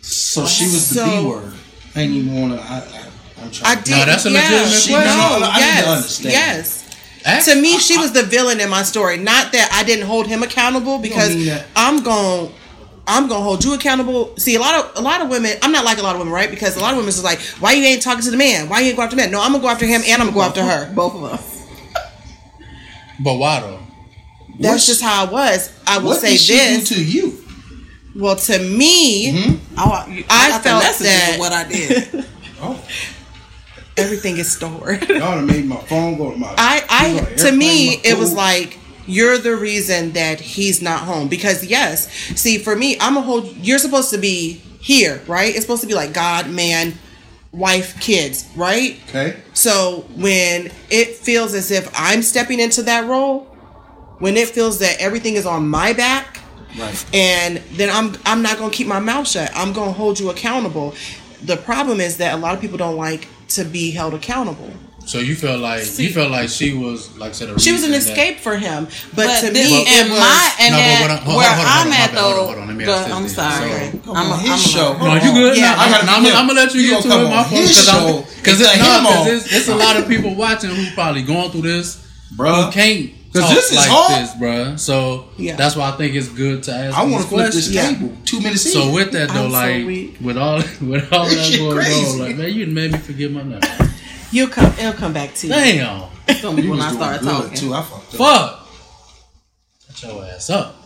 [SPEAKER 4] So she was the
[SPEAKER 5] So-
[SPEAKER 4] B word. I ain't even want to. I, I, I'm
[SPEAKER 5] I
[SPEAKER 4] trying.
[SPEAKER 5] did.
[SPEAKER 7] that's a
[SPEAKER 5] yeah,
[SPEAKER 7] legitimate
[SPEAKER 5] she-
[SPEAKER 7] question.
[SPEAKER 5] No,
[SPEAKER 4] No, I need to
[SPEAKER 5] yes,
[SPEAKER 4] understand.
[SPEAKER 5] Yes.
[SPEAKER 7] Ask-
[SPEAKER 5] to me, she was the villain in my story. Not that I didn't hold him accountable because
[SPEAKER 4] mean that.
[SPEAKER 5] I'm going. I'm gonna hold you accountable. See, a lot of a lot of women. I'm not like a lot of women, right? Because a lot of women is like, why you ain't talking to the man? Why you ain't go after the man? No, I'm gonna go after him and I'm gonna go after her.
[SPEAKER 2] Both of us.
[SPEAKER 7] But why though?
[SPEAKER 5] That's just how I was. I will
[SPEAKER 4] what
[SPEAKER 5] say
[SPEAKER 4] did she
[SPEAKER 5] this.
[SPEAKER 4] do to you?
[SPEAKER 5] well, to me,
[SPEAKER 2] I,
[SPEAKER 5] I
[SPEAKER 2] got
[SPEAKER 5] felt
[SPEAKER 2] the messages
[SPEAKER 5] that-
[SPEAKER 2] of what I did.
[SPEAKER 4] Oh,
[SPEAKER 5] everything is stored.
[SPEAKER 4] y'all done made my phone go to my.
[SPEAKER 5] I,
[SPEAKER 4] go
[SPEAKER 5] I
[SPEAKER 4] to
[SPEAKER 5] to me,
[SPEAKER 4] airplane, my
[SPEAKER 5] it was
[SPEAKER 4] food.
[SPEAKER 5] like you're the reason that he's not home because yes, see, for me, I'm a whole. You're supposed to be here, right? It's supposed to be like God, man, wife, kids, right?
[SPEAKER 4] Okay.
[SPEAKER 5] So when it feels as if I'm stepping into that role, when it feels that everything is on my back,
[SPEAKER 4] Right.
[SPEAKER 5] and then I'm I'm not gonna keep my mouth shut. I'm gonna hold you accountable. The problem is that a lot of people don't like to be held accountable.
[SPEAKER 7] So you felt like you felt like she was like I said a
[SPEAKER 5] She was an
[SPEAKER 7] reason that-
[SPEAKER 5] escape for him, but,
[SPEAKER 2] But
[SPEAKER 5] to
[SPEAKER 2] this,
[SPEAKER 5] me,
[SPEAKER 2] and
[SPEAKER 5] it was.
[SPEAKER 2] my and
[SPEAKER 7] No, but
[SPEAKER 2] that-
[SPEAKER 7] what I'm- hold-
[SPEAKER 2] where
[SPEAKER 7] hold on, hold
[SPEAKER 2] I'm
[SPEAKER 7] on,
[SPEAKER 2] at
[SPEAKER 7] my bad, hold on,
[SPEAKER 2] though.
[SPEAKER 7] hold on, let me
[SPEAKER 2] the-
[SPEAKER 7] ask this
[SPEAKER 2] I'm
[SPEAKER 7] then.
[SPEAKER 2] sorry.
[SPEAKER 7] So-
[SPEAKER 4] Come
[SPEAKER 2] I'm a-
[SPEAKER 4] on his
[SPEAKER 2] I'm a-
[SPEAKER 4] show.
[SPEAKER 7] No, you good?
[SPEAKER 5] Yeah.
[SPEAKER 7] Yeah, I
[SPEAKER 4] gotta
[SPEAKER 7] am
[SPEAKER 4] come
[SPEAKER 7] gonna let you,
[SPEAKER 4] You
[SPEAKER 7] get to
[SPEAKER 4] gonna come
[SPEAKER 7] it. My
[SPEAKER 4] on his show
[SPEAKER 7] fault because
[SPEAKER 4] and cut him off.
[SPEAKER 7] because it's a lot of people watching who probably going through this
[SPEAKER 4] Bruh.
[SPEAKER 7] who can't
[SPEAKER 4] 'Cause
[SPEAKER 7] talk
[SPEAKER 4] this is
[SPEAKER 7] like
[SPEAKER 4] hard.
[SPEAKER 7] this, bruh. So
[SPEAKER 5] Yeah.
[SPEAKER 7] that's why I think it's good to ask.
[SPEAKER 4] I want
[SPEAKER 7] these
[SPEAKER 4] to flip this
[SPEAKER 7] questions.
[SPEAKER 4] table. Two minutes in.
[SPEAKER 7] So with that though,
[SPEAKER 5] I'm so
[SPEAKER 7] like
[SPEAKER 5] weak.
[SPEAKER 7] with all with all
[SPEAKER 4] This
[SPEAKER 7] that
[SPEAKER 4] shit
[SPEAKER 7] going
[SPEAKER 4] crazy.
[SPEAKER 7] on, like man, you done made me forget my number.
[SPEAKER 5] You'll come. It'll come back to you.
[SPEAKER 7] Damn,
[SPEAKER 2] It's gonna be
[SPEAKER 4] You
[SPEAKER 2] when
[SPEAKER 4] was
[SPEAKER 2] I
[SPEAKER 4] doing
[SPEAKER 2] start
[SPEAKER 4] good,
[SPEAKER 2] talking.
[SPEAKER 4] Too. I fucked up.
[SPEAKER 7] fuck, shut your ass up.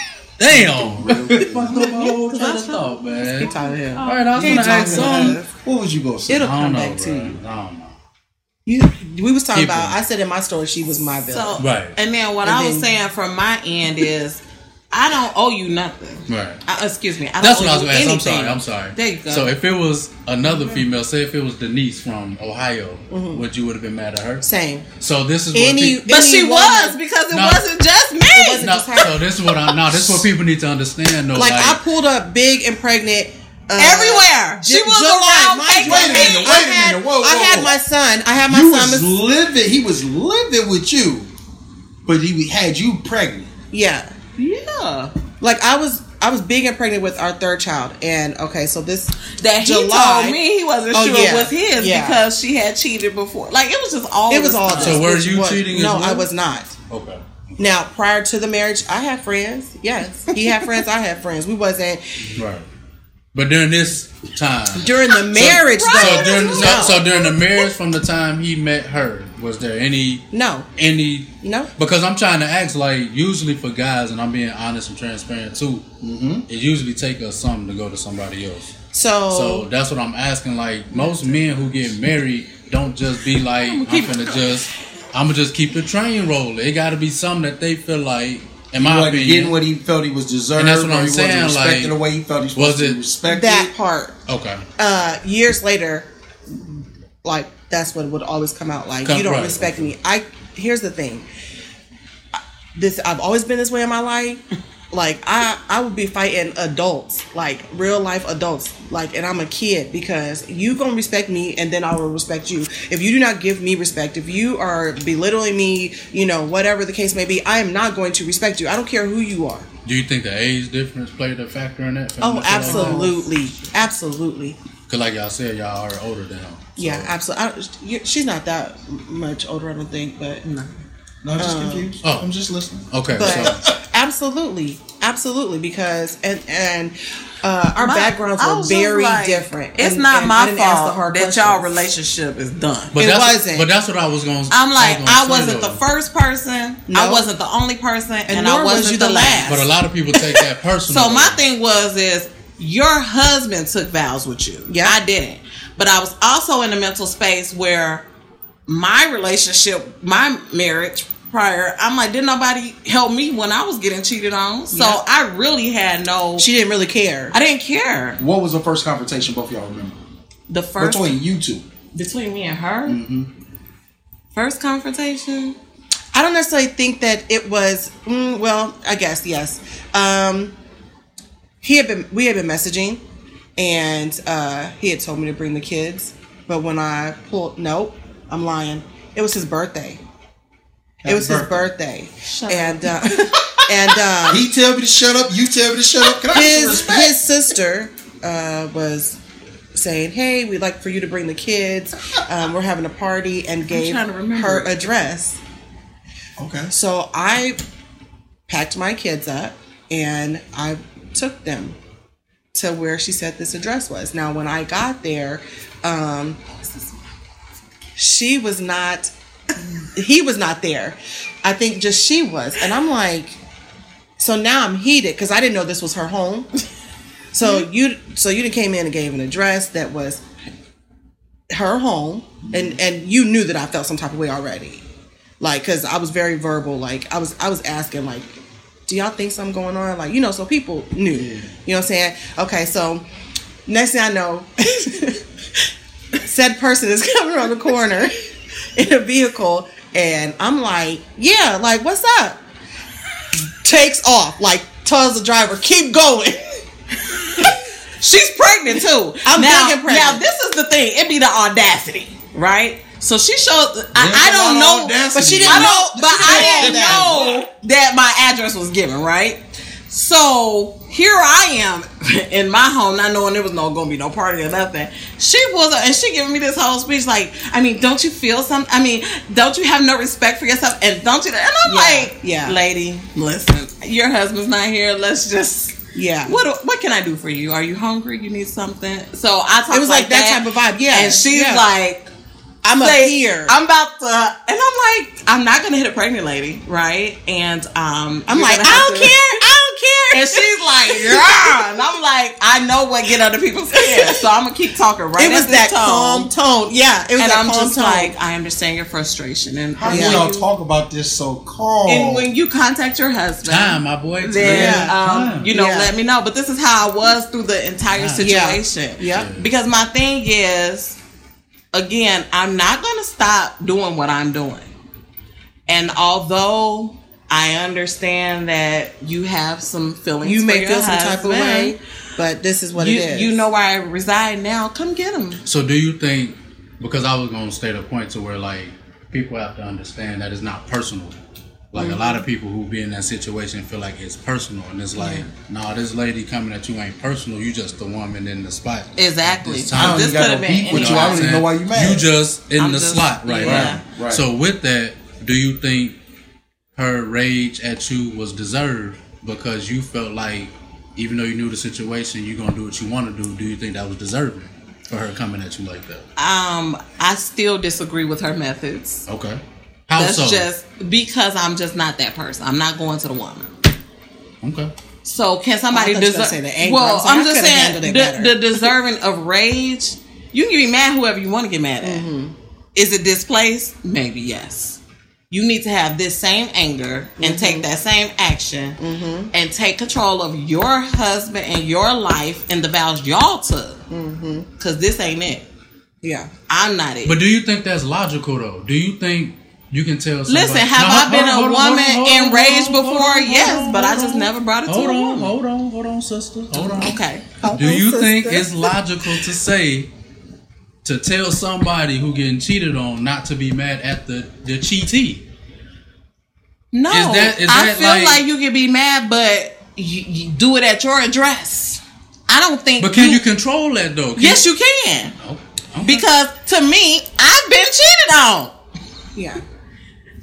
[SPEAKER 7] Damn,
[SPEAKER 4] Real good.
[SPEAKER 7] fucked up my whole train of thought, man.
[SPEAKER 5] Tired of him.
[SPEAKER 7] All right, I was gonna ask some.
[SPEAKER 4] What was you gonna say?
[SPEAKER 5] It'll
[SPEAKER 7] I don't
[SPEAKER 5] come
[SPEAKER 7] know,
[SPEAKER 5] back to
[SPEAKER 7] bruh.
[SPEAKER 5] you.
[SPEAKER 7] I don't know.
[SPEAKER 5] You. We was talking
[SPEAKER 7] Keep
[SPEAKER 5] about.
[SPEAKER 7] it.
[SPEAKER 5] I said in my story, she was my villain.
[SPEAKER 2] So,
[SPEAKER 7] Right.
[SPEAKER 2] And then what
[SPEAKER 5] And
[SPEAKER 2] I was
[SPEAKER 5] then-
[SPEAKER 2] saying from my end is, I don't owe you nothing.
[SPEAKER 7] Right.
[SPEAKER 2] I, excuse me. I don't
[SPEAKER 7] That's
[SPEAKER 2] owe
[SPEAKER 7] what I was
[SPEAKER 2] you
[SPEAKER 7] gonna ask. I'm
[SPEAKER 2] anything.
[SPEAKER 7] sorry. I'm sorry.
[SPEAKER 2] There you go.
[SPEAKER 7] So if it was another female, say if it was Denise from Ohio, would you would have been mad at her?
[SPEAKER 5] Same.
[SPEAKER 7] So this is what
[SPEAKER 5] Any,
[SPEAKER 7] peop-
[SPEAKER 2] but she
[SPEAKER 5] any woman-
[SPEAKER 2] was because it
[SPEAKER 7] No.
[SPEAKER 2] wasn't just me.
[SPEAKER 5] wasn't
[SPEAKER 7] no,
[SPEAKER 5] just her.
[SPEAKER 7] so this is what I no. This is what people need to understand though.
[SPEAKER 5] Like,
[SPEAKER 7] Like,
[SPEAKER 5] I pulled up big and pregnant. Uh,
[SPEAKER 2] Everywhere.
[SPEAKER 5] ju-
[SPEAKER 2] she was
[SPEAKER 5] just
[SPEAKER 2] around.
[SPEAKER 5] right. Mind
[SPEAKER 2] making
[SPEAKER 5] you,
[SPEAKER 1] Wait a minute,
[SPEAKER 2] me.
[SPEAKER 1] wait a
[SPEAKER 5] I had,
[SPEAKER 1] minute, whoa,
[SPEAKER 5] I
[SPEAKER 1] whoa,
[SPEAKER 5] had
[SPEAKER 1] whoa.
[SPEAKER 5] my son. I had my
[SPEAKER 4] You
[SPEAKER 5] son.
[SPEAKER 4] was living. He was living with you, but he had you pregnant.
[SPEAKER 5] yeah.
[SPEAKER 2] Yeah.
[SPEAKER 5] Like I was, I was big and pregnant with our third child, and okay, so this
[SPEAKER 2] That he
[SPEAKER 5] July-
[SPEAKER 2] told me he wasn't
[SPEAKER 5] Oh,
[SPEAKER 2] sure
[SPEAKER 5] yeah.
[SPEAKER 2] was his
[SPEAKER 5] Yeah.
[SPEAKER 2] because she had cheated before. Like it was just all.
[SPEAKER 5] it was all.
[SPEAKER 2] this.
[SPEAKER 7] So were
[SPEAKER 5] this
[SPEAKER 7] you
[SPEAKER 5] was-
[SPEAKER 7] cheating as
[SPEAKER 5] No,
[SPEAKER 7] well?
[SPEAKER 5] I was not.
[SPEAKER 7] okay.
[SPEAKER 5] Now, prior to the marriage, I had friends. Yes, he had friends. I had friends. We wasn't
[SPEAKER 7] Right. But during this time,
[SPEAKER 5] during the marriage
[SPEAKER 7] so
[SPEAKER 5] though.
[SPEAKER 7] during so,
[SPEAKER 5] no,
[SPEAKER 7] so during the marriage, from the time he met her, was there any
[SPEAKER 5] no,
[SPEAKER 7] any
[SPEAKER 5] no.
[SPEAKER 7] Because I'm trying to ask, like, usually for guys, and I'm being honest and transparent too, it usually take us something to go to somebody else.
[SPEAKER 5] So,
[SPEAKER 7] So that's what I'm asking. Like, most men who get married don't just be like, I'm gonna just, I'm gonna just keep the train rolling. It got to be something that they feel like, in my
[SPEAKER 4] Like getting
[SPEAKER 7] opinion,
[SPEAKER 4] what he felt he was deserved.
[SPEAKER 7] And that's what
[SPEAKER 4] or
[SPEAKER 7] I'm
[SPEAKER 4] he
[SPEAKER 7] saying,
[SPEAKER 4] Wasn't respected
[SPEAKER 7] like,
[SPEAKER 4] the way he felt he was
[SPEAKER 7] was
[SPEAKER 4] supposed to
[SPEAKER 7] it-
[SPEAKER 4] be respected.
[SPEAKER 5] that part.
[SPEAKER 7] okay,
[SPEAKER 5] uh, years later, like that's what would always come out. Like
[SPEAKER 7] Come-
[SPEAKER 5] you don't
[SPEAKER 7] right.
[SPEAKER 5] respect me. I here's the thing. I- This I've always been this way in my life. Like I I would be fighting adults, like real life adults, like and I'm a kid because you gonna respect me and then I will respect you. If you do not give me respect, if you are belittling me, you know whatever the case may be, I am not going to respect you. I don't care who you are.
[SPEAKER 7] do you think the age difference played a factor in that?
[SPEAKER 5] Oh, absolutely, absolutely.
[SPEAKER 7] Because like y'all said, y'all are older than him.
[SPEAKER 5] Yeah, absolutely. She's not that m- much older, I don't think, but
[SPEAKER 4] No, I'm just confused.
[SPEAKER 7] oh.
[SPEAKER 4] I'm just listening.
[SPEAKER 7] Okay, so
[SPEAKER 5] but absolutely, absolutely, because and and uh, our
[SPEAKER 2] My-
[SPEAKER 5] backgrounds
[SPEAKER 2] I
[SPEAKER 5] were
[SPEAKER 2] was just
[SPEAKER 5] very
[SPEAKER 2] like,
[SPEAKER 5] different.
[SPEAKER 2] It's
[SPEAKER 5] and-
[SPEAKER 2] not
[SPEAKER 5] and I
[SPEAKER 2] my
[SPEAKER 5] didn't ask the
[SPEAKER 2] fault
[SPEAKER 5] hard
[SPEAKER 2] that y'all
[SPEAKER 5] questions.
[SPEAKER 2] relationship is done.
[SPEAKER 7] but
[SPEAKER 5] It
[SPEAKER 7] that's,
[SPEAKER 5] wasn't.
[SPEAKER 7] But that's what I was going.
[SPEAKER 2] I'm like, I wasn't the
[SPEAKER 7] first.
[SPEAKER 2] first person. I
[SPEAKER 5] No.
[SPEAKER 2] wasn't the only person, and, I
[SPEAKER 5] nor was
[SPEAKER 2] wasn't
[SPEAKER 5] you
[SPEAKER 2] the
[SPEAKER 5] the
[SPEAKER 2] last.
[SPEAKER 5] last.
[SPEAKER 7] But a lot of people take that personal.
[SPEAKER 2] So my thing was is your husband took vows with you.
[SPEAKER 5] Yeah.
[SPEAKER 2] I didn't. But I was also in a mental space where my relationship, my marriage prior, I'm like, didn't nobody help me when I was getting cheated on? So
[SPEAKER 5] Yeah.
[SPEAKER 2] I really had no
[SPEAKER 5] She didn't really care.
[SPEAKER 2] I didn't care.
[SPEAKER 4] What was the first conversation both y'all remember
[SPEAKER 2] The first
[SPEAKER 4] between you two?
[SPEAKER 2] between me and her. First confrontation.
[SPEAKER 5] I don't necessarily think that it was. Mm, well, I guess yes. Um, he had been. We had been messaging, and uh, he had told me to bring the kids. But when I pulled, nope, I'm lying. It was his birthday. it was his birthday, and uh, and um,
[SPEAKER 4] He tell me to shut up. You tell me to shut up. Can I have some
[SPEAKER 5] his
[SPEAKER 4] respect?
[SPEAKER 5] his sister uh, was saying, "Hey, we'd like for you to bring the kids. Um, we're having a party," and gave
[SPEAKER 2] trying to remember
[SPEAKER 5] her
[SPEAKER 2] it.
[SPEAKER 5] address.
[SPEAKER 4] Okay.
[SPEAKER 5] So I packed my kids up and I took them to where she said this address was. Now, when I got there, um, she was not, he was not there. I think just she was. And I'm like, so now I'm heated because I didn't know this was her home. So you, so you done came in and gave an address that was her home, and and you knew that I felt some type of way already like because i was very verbal like i was i was asking like do y'all think something going on like you know so people knew you know what i'm saying okay so next thing i know said person is coming around the corner in a vehicle and i'm like yeah like what's up takes off like tells the driver keep going
[SPEAKER 2] She's pregnant too.
[SPEAKER 5] I'm
[SPEAKER 2] now,
[SPEAKER 5] fucking pregnant.
[SPEAKER 2] Now this is the thing. It be the audacity, right? So she showed. I,
[SPEAKER 4] There's
[SPEAKER 2] I
[SPEAKER 4] a
[SPEAKER 2] don't
[SPEAKER 4] lot of
[SPEAKER 2] know,
[SPEAKER 4] audacity.
[SPEAKER 2] but she didn't
[SPEAKER 4] I
[SPEAKER 2] know.
[SPEAKER 4] don't-
[SPEAKER 2] But I
[SPEAKER 4] she
[SPEAKER 2] didn't
[SPEAKER 4] didn't know
[SPEAKER 2] know that my address was given, right? So here I am in my home, not knowing there was no gonna be no party or nothing. She was, and she giving me this whole speech like, I mean, don't you feel some? I mean, don't you have no respect for yourself? And don't you? And I'm
[SPEAKER 5] Yeah,
[SPEAKER 2] like,
[SPEAKER 5] yeah.
[SPEAKER 2] lady, listen, your husband's not here. Let's just
[SPEAKER 5] yeah
[SPEAKER 2] what do- what can I do for you? Are you hungry? You need something? So I talked.
[SPEAKER 5] it was like that, type of vibe yeah
[SPEAKER 2] And she's
[SPEAKER 5] yeah.
[SPEAKER 2] like,
[SPEAKER 5] I'm up
[SPEAKER 2] say,
[SPEAKER 5] here.
[SPEAKER 2] I'm about to, and I'm like, I'm not gonna hit a pregnant lady, right? And um,
[SPEAKER 5] I'm
[SPEAKER 2] you're
[SPEAKER 5] like,
[SPEAKER 2] gonna
[SPEAKER 5] I
[SPEAKER 2] have
[SPEAKER 5] don't
[SPEAKER 2] to-
[SPEAKER 5] care. I don't care.
[SPEAKER 2] And she's like, yeah. And I'm like, I know what get under people's skin, so I'm gonna keep talking right.
[SPEAKER 5] it was
[SPEAKER 2] at this
[SPEAKER 5] that
[SPEAKER 2] tone.
[SPEAKER 5] calm tone. Yeah, it was
[SPEAKER 2] and
[SPEAKER 5] that
[SPEAKER 2] I'm
[SPEAKER 5] calm
[SPEAKER 2] just
[SPEAKER 5] tone.
[SPEAKER 2] like, I understand your frustration, and
[SPEAKER 4] How
[SPEAKER 5] Yeah.
[SPEAKER 4] do y'all talk about this so calm?
[SPEAKER 2] and when you contact your husband,
[SPEAKER 7] Time, my boy.
[SPEAKER 2] then
[SPEAKER 7] Yeah,
[SPEAKER 2] um,
[SPEAKER 7] time.
[SPEAKER 2] you know,
[SPEAKER 5] Yeah.
[SPEAKER 2] let me know. But this is how I was through the entire
[SPEAKER 5] Yeah.
[SPEAKER 2] situation.
[SPEAKER 5] Yep.
[SPEAKER 2] Because my thing is, again, I'm not going to stop doing what I'm doing. And although I understand that you have some feelings,
[SPEAKER 5] You
[SPEAKER 2] for
[SPEAKER 5] may
[SPEAKER 2] your
[SPEAKER 5] feel some type of
[SPEAKER 2] husband,
[SPEAKER 5] way, but this is what
[SPEAKER 2] You,
[SPEAKER 5] it is.
[SPEAKER 2] you know where I reside now. Come get him.
[SPEAKER 7] So do you think because I was gonna state a point to where like people have to understand that it's not personal. Like a
[SPEAKER 2] Mm-hmm.
[SPEAKER 7] lot of people who be in that situation feel like it's personal and it's like, nah, this lady coming at you ain't personal, you just the woman in the spot.
[SPEAKER 2] Exactly.
[SPEAKER 7] This time.
[SPEAKER 4] I don't
[SPEAKER 2] This
[SPEAKER 4] even got
[SPEAKER 2] could have
[SPEAKER 4] no
[SPEAKER 2] been
[SPEAKER 4] beef with
[SPEAKER 2] any
[SPEAKER 4] you. I don't even know why
[SPEAKER 7] what I'm
[SPEAKER 4] you
[SPEAKER 7] saying?
[SPEAKER 4] mad.
[SPEAKER 7] You just in
[SPEAKER 2] I'm
[SPEAKER 7] the
[SPEAKER 2] just-
[SPEAKER 7] slot right
[SPEAKER 2] yeah.
[SPEAKER 7] now.
[SPEAKER 4] Right, right.
[SPEAKER 7] So with that, do you think her rage at you was deserved because you felt like even though you knew the situation, you're gonna do what you want to do. Do you think that was deserving for her coming at you like that?
[SPEAKER 2] Um, I still disagree with her methods.
[SPEAKER 7] Okay. How
[SPEAKER 2] That's
[SPEAKER 7] so?
[SPEAKER 2] just because I'm just not that person. I'm not going to the woman.
[SPEAKER 7] okay.
[SPEAKER 2] So can somebody
[SPEAKER 5] Oh, I thought you were
[SPEAKER 2] deserve?
[SPEAKER 5] gonna say the anger. I
[SPEAKER 2] Well,
[SPEAKER 5] was like,
[SPEAKER 2] I'm,
[SPEAKER 5] I
[SPEAKER 2] just
[SPEAKER 5] could've handled
[SPEAKER 2] saying
[SPEAKER 5] it
[SPEAKER 2] the,
[SPEAKER 5] better.
[SPEAKER 2] the deserving of rage. You can be mad whoever you want to get mad at.
[SPEAKER 5] Mm-hmm.
[SPEAKER 2] Is it this place? Maybe yes. You need to have this same anger and
[SPEAKER 5] Mm-hmm.
[SPEAKER 2] take that same action and take control of your husband and your life and the vows y'all took. Cause this ain't it.
[SPEAKER 5] Mm-hmm. yeah.
[SPEAKER 2] I'm not it.
[SPEAKER 7] But do you think that's logical though? Do you think you can tell? Somebody,
[SPEAKER 2] Listen, have
[SPEAKER 7] No,
[SPEAKER 2] I
[SPEAKER 7] hold-
[SPEAKER 2] been a
[SPEAKER 7] hold on, hold on,
[SPEAKER 2] woman
[SPEAKER 7] hold on,
[SPEAKER 2] enraged
[SPEAKER 7] hold on, hold
[SPEAKER 2] before?
[SPEAKER 7] on, hold
[SPEAKER 2] yes,
[SPEAKER 7] on,
[SPEAKER 2] but I
[SPEAKER 7] hold
[SPEAKER 2] just
[SPEAKER 7] on.
[SPEAKER 2] never brought it
[SPEAKER 7] Hold
[SPEAKER 2] to a
[SPEAKER 7] on,
[SPEAKER 2] woman.
[SPEAKER 7] hold on, hold on, sister. Hold on.
[SPEAKER 2] Okay.
[SPEAKER 7] Do you
[SPEAKER 5] sister.
[SPEAKER 7] think it's logical to say to tell somebody who getting cheated on not to be mad at the the cheatee?
[SPEAKER 2] No,
[SPEAKER 7] Is that- is
[SPEAKER 2] I
[SPEAKER 7] that
[SPEAKER 2] feel
[SPEAKER 7] like-
[SPEAKER 2] like, you can be mad, but you, you do it at your address. I don't think.
[SPEAKER 7] But can you control that though? Can
[SPEAKER 2] Yes, you can.
[SPEAKER 7] Oh, okay.
[SPEAKER 2] Because to me, I've been cheated on.
[SPEAKER 5] Yeah.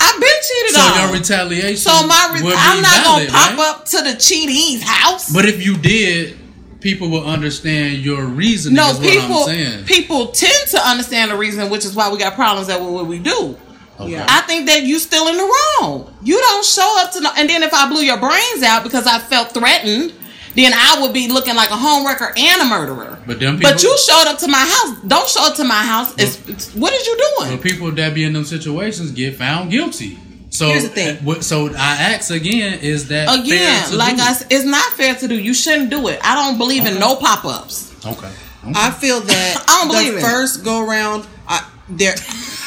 [SPEAKER 2] I've been cheated
[SPEAKER 7] so
[SPEAKER 2] on.
[SPEAKER 7] your retaliation.
[SPEAKER 2] so my, re-
[SPEAKER 7] would be
[SPEAKER 2] I'm not
[SPEAKER 7] valid,
[SPEAKER 2] gonna pop
[SPEAKER 7] right?
[SPEAKER 2] up to the cheatee's house.
[SPEAKER 7] But if you did, people will understand your reasoning.
[SPEAKER 2] no,
[SPEAKER 7] is what I'm
[SPEAKER 2] people,
[SPEAKER 7] saying.
[SPEAKER 2] people tend to understand the reason, which is why we got problems at what we do.
[SPEAKER 7] Okay.
[SPEAKER 5] Yeah.
[SPEAKER 2] I think that you still in the wrong. You don't show up to no, and then if I blew your brains out because I felt threatened, then I would be looking like a homewrecker and a murderer.
[SPEAKER 7] But them
[SPEAKER 2] But
[SPEAKER 7] people-
[SPEAKER 2] you showed up to my house. Don't show up to my house. It's, it's- what is you doing?
[SPEAKER 7] But people that be in them situations get found guilty. So
[SPEAKER 5] Here's the thing.
[SPEAKER 7] what- So I ask again: Is that fair
[SPEAKER 2] Again,
[SPEAKER 7] to
[SPEAKER 2] like
[SPEAKER 7] do?
[SPEAKER 2] I, s- it's not fair to do. You shouldn't do it. I don't believe in no pop ups.
[SPEAKER 7] Okay.
[SPEAKER 5] I feel that
[SPEAKER 2] I don't believe
[SPEAKER 5] the
[SPEAKER 2] it.
[SPEAKER 5] first go round, I, there,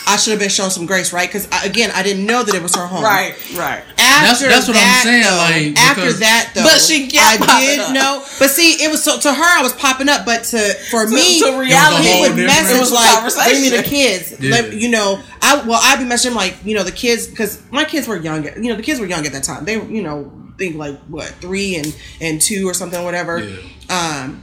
[SPEAKER 5] I should have been shown some grace, right? Because again, I didn't know that it was her home.
[SPEAKER 2] right.
[SPEAKER 7] That's-
[SPEAKER 5] After
[SPEAKER 7] that's what I'm
[SPEAKER 5] that,
[SPEAKER 7] saying,
[SPEAKER 5] Though,
[SPEAKER 7] like,
[SPEAKER 5] after
[SPEAKER 7] because-
[SPEAKER 5] that, though,
[SPEAKER 2] But she
[SPEAKER 5] I
[SPEAKER 2] kept popping
[SPEAKER 5] did
[SPEAKER 2] up.
[SPEAKER 5] know. But see, it was so to her. I was popping up, but to for me,
[SPEAKER 2] to reality,
[SPEAKER 5] he
[SPEAKER 7] whole
[SPEAKER 5] would
[SPEAKER 7] different-
[SPEAKER 2] it
[SPEAKER 5] message
[SPEAKER 2] was a
[SPEAKER 5] like,
[SPEAKER 2] conversation.
[SPEAKER 5] "Bring me the kids."
[SPEAKER 7] Yeah.
[SPEAKER 5] Let, you know, I well, I'd be messaging like, you know, the kids because my kids were young. You know, the kids were young at that time. They, were, you know, think like what three and and two or something, whatever. Um,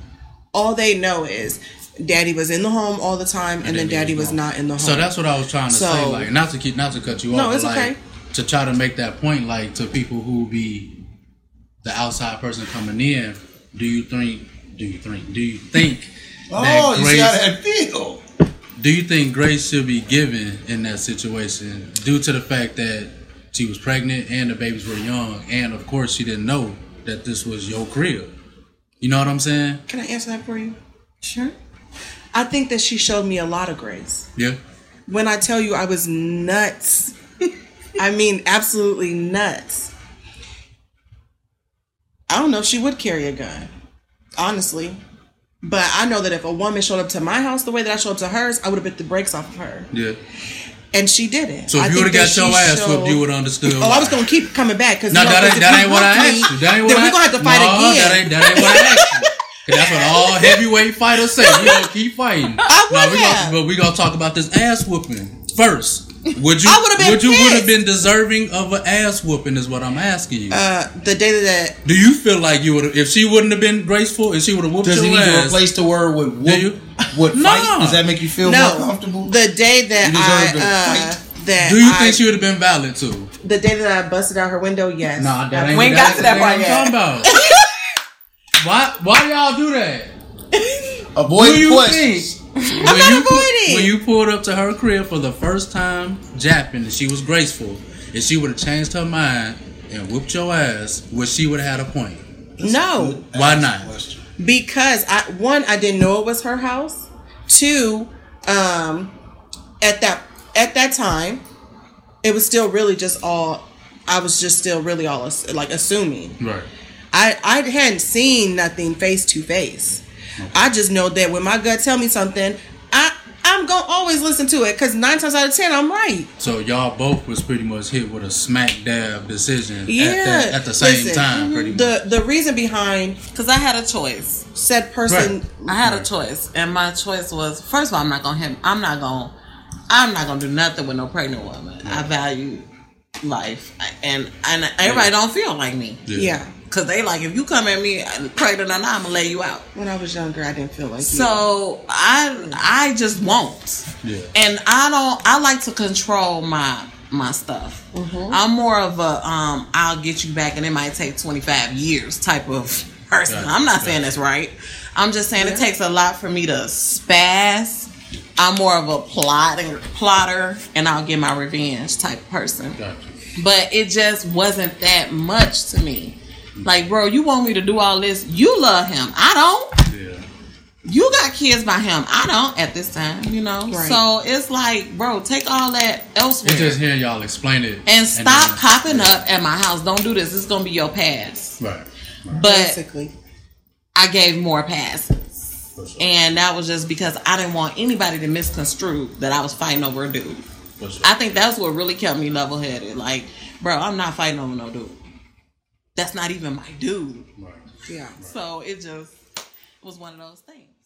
[SPEAKER 5] all they know is daddy was in the home all the time, and, then
[SPEAKER 7] then he
[SPEAKER 5] daddy
[SPEAKER 7] was
[SPEAKER 5] was
[SPEAKER 7] gone.
[SPEAKER 5] not in the home.
[SPEAKER 7] So that's what I was trying to say.
[SPEAKER 5] So-
[SPEAKER 7] Like, not to keep, not to cut you off. but
[SPEAKER 5] it's
[SPEAKER 7] like,
[SPEAKER 5] okay.
[SPEAKER 7] To try to make that point, like to people who be the outside person coming in. Do you think? Do you think? Do you think?
[SPEAKER 4] oh, you see how that feel?
[SPEAKER 7] Do you think grace should be given in that situation due to the fact that she was pregnant and the babies were young, and of course she didn't know that this was your crib? You know what I'm saying?
[SPEAKER 5] Can I answer that for you? Sure. I think that she showed me a lot of grace.
[SPEAKER 7] Yeah.
[SPEAKER 5] When I tell you I was nuts, I mean absolutely nuts. I don't know if she would carry a gun, honestly. But I know that if a woman showed up to my house the way that I showed up to hers, I would have bit the brakes off of her.
[SPEAKER 7] Yeah.
[SPEAKER 5] And she did it.
[SPEAKER 7] So
[SPEAKER 5] I
[SPEAKER 7] if you
[SPEAKER 5] think
[SPEAKER 7] would have
[SPEAKER 5] that
[SPEAKER 7] got your
[SPEAKER 5] she
[SPEAKER 7] ass
[SPEAKER 5] showed-
[SPEAKER 7] whooped, you would have understood.
[SPEAKER 5] Oh, I was gonna keep coming back because
[SPEAKER 7] No, that ain't, that ain't what I asked you. That ain't what
[SPEAKER 5] then
[SPEAKER 7] I.
[SPEAKER 5] we're gonna have to fight
[SPEAKER 7] no,
[SPEAKER 5] again.
[SPEAKER 7] That ain't, that ain't what I asked you. 'Cause that's what all heavyweight fighters say. We gonna keep fighting.
[SPEAKER 5] I would
[SPEAKER 7] we gonna,
[SPEAKER 5] have.
[SPEAKER 7] but we gonna talk about this ass whooping first. Would you?
[SPEAKER 5] I would've been
[SPEAKER 7] would you would
[SPEAKER 5] pissed.
[SPEAKER 7] have been deserving of an ass whooping? Is what I'm asking you.
[SPEAKER 5] uh, the day that
[SPEAKER 7] Do you feel like you would? If she wouldn't have been graceful, if she would have whooped
[SPEAKER 4] Does
[SPEAKER 7] your
[SPEAKER 4] he need to
[SPEAKER 7] ass,
[SPEAKER 4] replace the word with
[SPEAKER 7] Do you?
[SPEAKER 4] whoop, with
[SPEAKER 7] No.
[SPEAKER 4] fight? Does that make you feel more
[SPEAKER 5] no,
[SPEAKER 4] comfortable?
[SPEAKER 5] the day
[SPEAKER 4] You deserve
[SPEAKER 5] that
[SPEAKER 4] to
[SPEAKER 5] I uh, that
[SPEAKER 7] do you
[SPEAKER 5] I,
[SPEAKER 7] think she would have been valid too?
[SPEAKER 5] the day that I busted out her window? Yes.
[SPEAKER 7] Nah, that ain't
[SPEAKER 2] We ain't got
[SPEAKER 7] that,
[SPEAKER 2] to that part
[SPEAKER 7] ain't what
[SPEAKER 2] yet.
[SPEAKER 7] I'm talking about. why? Why y'all do that?
[SPEAKER 4] Avoid
[SPEAKER 7] Do you
[SPEAKER 4] questions.
[SPEAKER 7] I'm
[SPEAKER 5] not avoiding.
[SPEAKER 7] when you pulled up to her crib for the first time, japping, and she was graceful, and she would have changed her mind and whooped your ass, well, she would have had a point.
[SPEAKER 5] No,
[SPEAKER 7] Why not?
[SPEAKER 4] Question.
[SPEAKER 5] because I one I didn't know it was her house. Two, um, at that at that time, it was still really just all. I was just still really all ass- like assuming.
[SPEAKER 7] Right.
[SPEAKER 5] I I hadn't seen nothing face to face. I just know that when my gut tell me something, I I'm gonna always listen to it because nine times out of ten I'm right.
[SPEAKER 7] So y'all both was pretty much hit with a smack dab decision
[SPEAKER 5] Yeah,
[SPEAKER 7] at, that, at the same
[SPEAKER 5] Listen, mm-hmm,
[SPEAKER 7] time, pretty much.
[SPEAKER 5] The the reason behind
[SPEAKER 2] Because I had a choice.
[SPEAKER 5] said person,
[SPEAKER 2] I had a choice, and my choice was first of all, I'm not gonna hit. I'm not gonna. I'm not gonna do nothing with no pregnant woman. I value life, and and everybody don't feel like me
[SPEAKER 5] yeah.
[SPEAKER 2] because they like if you come at me pregnant or not, I'm gonna lay you out.
[SPEAKER 5] When I was younger, I didn't feel like you.
[SPEAKER 2] So I I just won't.
[SPEAKER 7] Yeah.
[SPEAKER 2] And I don't. I like to control my my stuff. I'm more of a um. I'll get you back, and it might take 25 years type of person.
[SPEAKER 7] Gotcha,
[SPEAKER 2] I'm not saying that's right. I'm just saying it takes a lot for me to spaz. I'm more of a plotting plotter, and I'll get my revenge type person
[SPEAKER 7] Gotcha.
[SPEAKER 2] but it just wasn't that much to me. Like, bro, you want me to do all this? You love him. I don't.
[SPEAKER 7] Yeah.
[SPEAKER 2] You got kids by him. I don't at this time, you know?
[SPEAKER 5] Right.
[SPEAKER 2] So it's like, bro, take all that elsewhere
[SPEAKER 7] It's just hearing y'all explain it.
[SPEAKER 2] and stop
[SPEAKER 7] then-
[SPEAKER 2] popping up at my house. Don't do this. It's going to be your pass.
[SPEAKER 7] Right.
[SPEAKER 2] But
[SPEAKER 5] Basically,
[SPEAKER 2] I gave more passes.
[SPEAKER 7] For sure.
[SPEAKER 2] And that was just because I didn't want anybody to misconstrue that I was fighting over a dude.
[SPEAKER 7] For sure.
[SPEAKER 2] I think that's what really kept me level headed. Like, bro, I'm not fighting over no dude. That's not even my dude.
[SPEAKER 7] Right.
[SPEAKER 5] yeah.
[SPEAKER 2] So it just was one of those things.